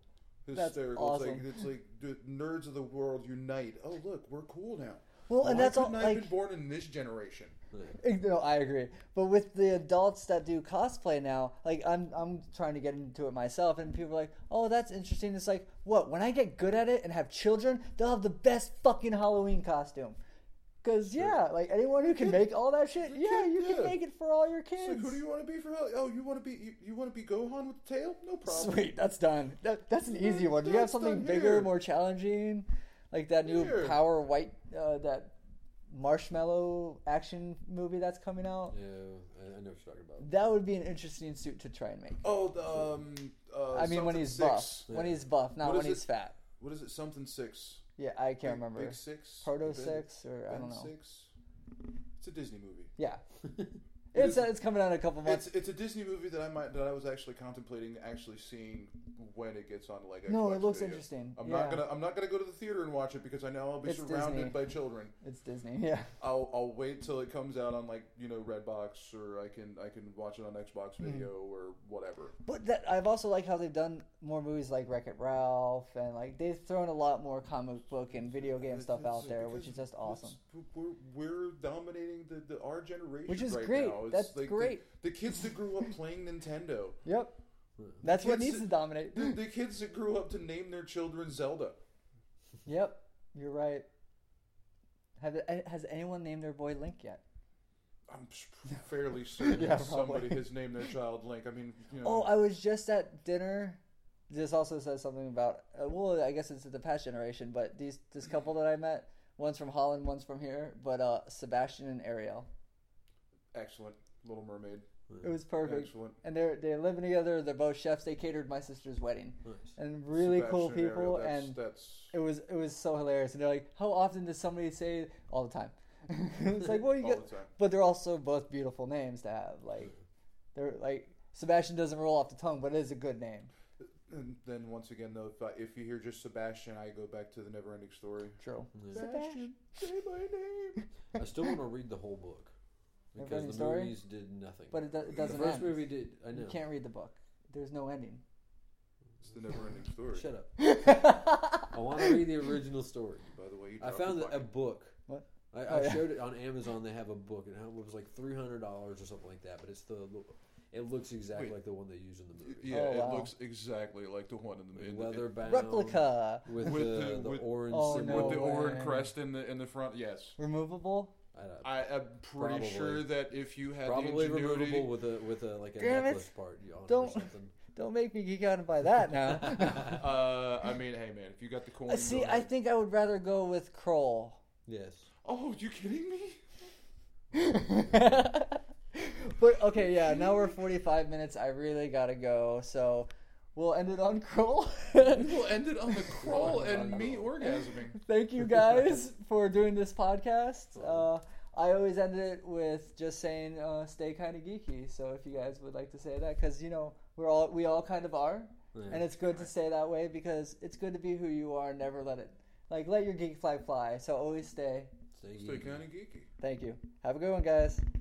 S1: That's
S6: hysterical. It's
S1: awesome.
S6: like it's like dude, nerds of the world unite. Oh look, we're cool now.
S1: Well, and
S6: Why
S1: that's all.
S6: couldn't I have
S1: Like,
S6: been born in this generation.
S1: no, I agree. But with the adults that do cosplay now, like I'm, I'm trying to get into it myself, and people are like, "Oh, that's interesting." It's like, what? When I get good at it and have children, they'll have the best fucking Halloween costume. Cause yeah, like anyone who can make all that shit, yeah,
S6: kid,
S1: you can
S6: yeah.
S1: make it for all your
S6: It's like,
S1: kids.
S6: who do you want to be for hell? Oh, you want to be you, you want to be Gohan with the tail? No problem.
S1: Sweet, that's done. That, that's an easy one. Do you have
S6: That's
S1: something
S6: done
S1: bigger,
S6: here.
S1: more challenging, like that new
S6: Here.
S1: Power White, uh, that marshmallow action movie that's coming out?
S5: Yeah, I, I know what you're talking about.
S1: That would be an interesting suit to try and make.
S6: Oh, the, um, uh,
S1: I mean, when
S6: something
S1: he's
S6: six.
S1: buff, when
S5: Yeah.
S1: he's buff, not
S6: What
S1: when
S6: is
S1: he's
S6: it?
S1: fat.
S6: What is it? Something six.
S1: Yeah, I can't
S6: Big-
S1: remember.
S6: Big six.
S1: Proto
S6: Ben-
S1: Six or I
S6: Ben
S1: don't know.
S6: Six. It's a Disney movie.
S1: Yeah, it's
S6: is-
S1: uh, it's coming out in a couple months.
S6: It's it's a Disney movie that I might that I was actually contemplating actually seeing when it gets on Lego.
S1: No,
S6: Xbox
S1: it looks
S6: video.
S1: interesting.
S6: I'm
S1: Yeah.
S6: not gonna I'm not gonna go to the theater and watch it because I know I'll be
S1: It's
S6: surrounded
S1: Disney.
S6: by children.
S1: It's Disney. Yeah,
S6: I'll I'll wait till it comes out on like you know Redbox or I can I can watch it on Xbox
S1: Mm-hmm.
S6: Video or whatever.
S1: but that I've also liked how they've done more movies like Wreck It Ralph and like they've thrown a lot more comic book and video game stuff
S6: It's
S1: out
S6: like,
S1: there,
S6: because
S1: which is just
S6: it's-
S1: awesome.
S6: We're, we're dominating the, the our generation,
S1: Which is
S6: right
S1: great.
S6: Now. It's
S1: That's
S6: like the-
S1: great.
S6: The, kids that grew up playing Nintendo,
S1: Yep, that's what
S6: Kids-
S1: needs to dominate.
S6: the, the kids that grew up to name their children Zelda.
S1: Yep, you're right. Have it- has anyone named their boy Link yet?
S6: I'm s- fairly certain
S1: Yeah,
S6: that
S1: probably.
S6: somebody has named their child Link. I mean, you know,
S1: Oh, I was just at dinner. This also says something about uh, well, I guess it's the past generation, but these this couple that I met, one's from Holland, one's from here, but uh, Sebastian and Ariel.
S6: excellent Little Mermaid.
S1: It was perfect.
S6: Excellent.
S1: And they're they're living together. They're both chefs. They catered my sister's wedding, and really cool
S6: Sebastian Ariel,
S1: people.
S6: that's-
S1: and
S6: that's
S1: it was it was so hilarious. And they're like, how often does somebody say all the time? it's like, well, you
S6: all
S1: get,
S6: the time.
S1: but they're also both beautiful names to have. Like, they're like Sebastian doesn't roll off the tongue, but it is a good name.
S6: And then once again, though, if, I, if you hear just Sebastian, I go back to the never-ending story.
S1: True.
S6: Sebastian, say my name.
S5: I still want to read the whole book because
S1: Everything
S5: the
S1: story?
S5: movies did nothing.
S1: But it, do- it
S5: the
S1: doesn't
S5: first
S1: end.
S5: movie did. I know.
S1: You can't read the book. There's no ending.
S6: It's the never-ending story.
S5: Shut up. I want to read the original story.
S6: By the way, you
S5: I
S6: dropped your
S5: found a
S6: bucket.
S5: book.
S1: What?
S5: I,
S1: Oh,
S5: I
S1: yeah.
S5: showed it on Amazon. They have a book, and how- it was like three hundred dollars or something like that. But it's the it looks exactly
S6: Wait.
S5: like the one they use in the movie.
S6: Yeah,
S1: Oh, wow.
S6: it looks exactly like the one in the in the-
S5: leather bound
S1: Replica.
S5: with,
S6: With
S5: the,
S6: the-
S5: the
S6: with-
S5: orange
S1: Oh,
S6: in-
S5: symbol.
S6: with
S1: No
S6: the orange
S1: way.
S6: crest in the in the front. Yes,
S1: Removable.
S5: I don't know.
S6: I am pretty
S5: Probably.
S6: sure that if you had
S5: probably
S6: the ingenuity,
S5: removable with a with a like a
S1: Damn it.
S5: necklace part. You on
S1: Don't-
S5: Or something.
S1: Don't make me geek out and buy that now.
S6: uh, I mean, hey man, if you got the coin,
S1: Uh,
S6: go
S1: See, I
S6: ahead.
S1: think I would rather go with Kroll.
S5: Yes.
S6: Oh, you kidding me?
S1: but okay, yeah. Now we're 45 minutes. I really gotta go. So we'll end it on Kroll.
S6: We'll end it on the crawl and me orgasming.
S1: Thank you guys for doing this podcast. Uh, I always end it with just saying, uh, "Stay kind of geeky." So if you guys would like to say that, because you know we're all we all kind of are, And it's good to stay that way because it's good to be who you are. Never let it like let your geek flag fly. So always stay.
S5: Stay
S6: Stay
S5: geeky.
S6: kind of geeky.
S1: Thank you. Have a good one, guys.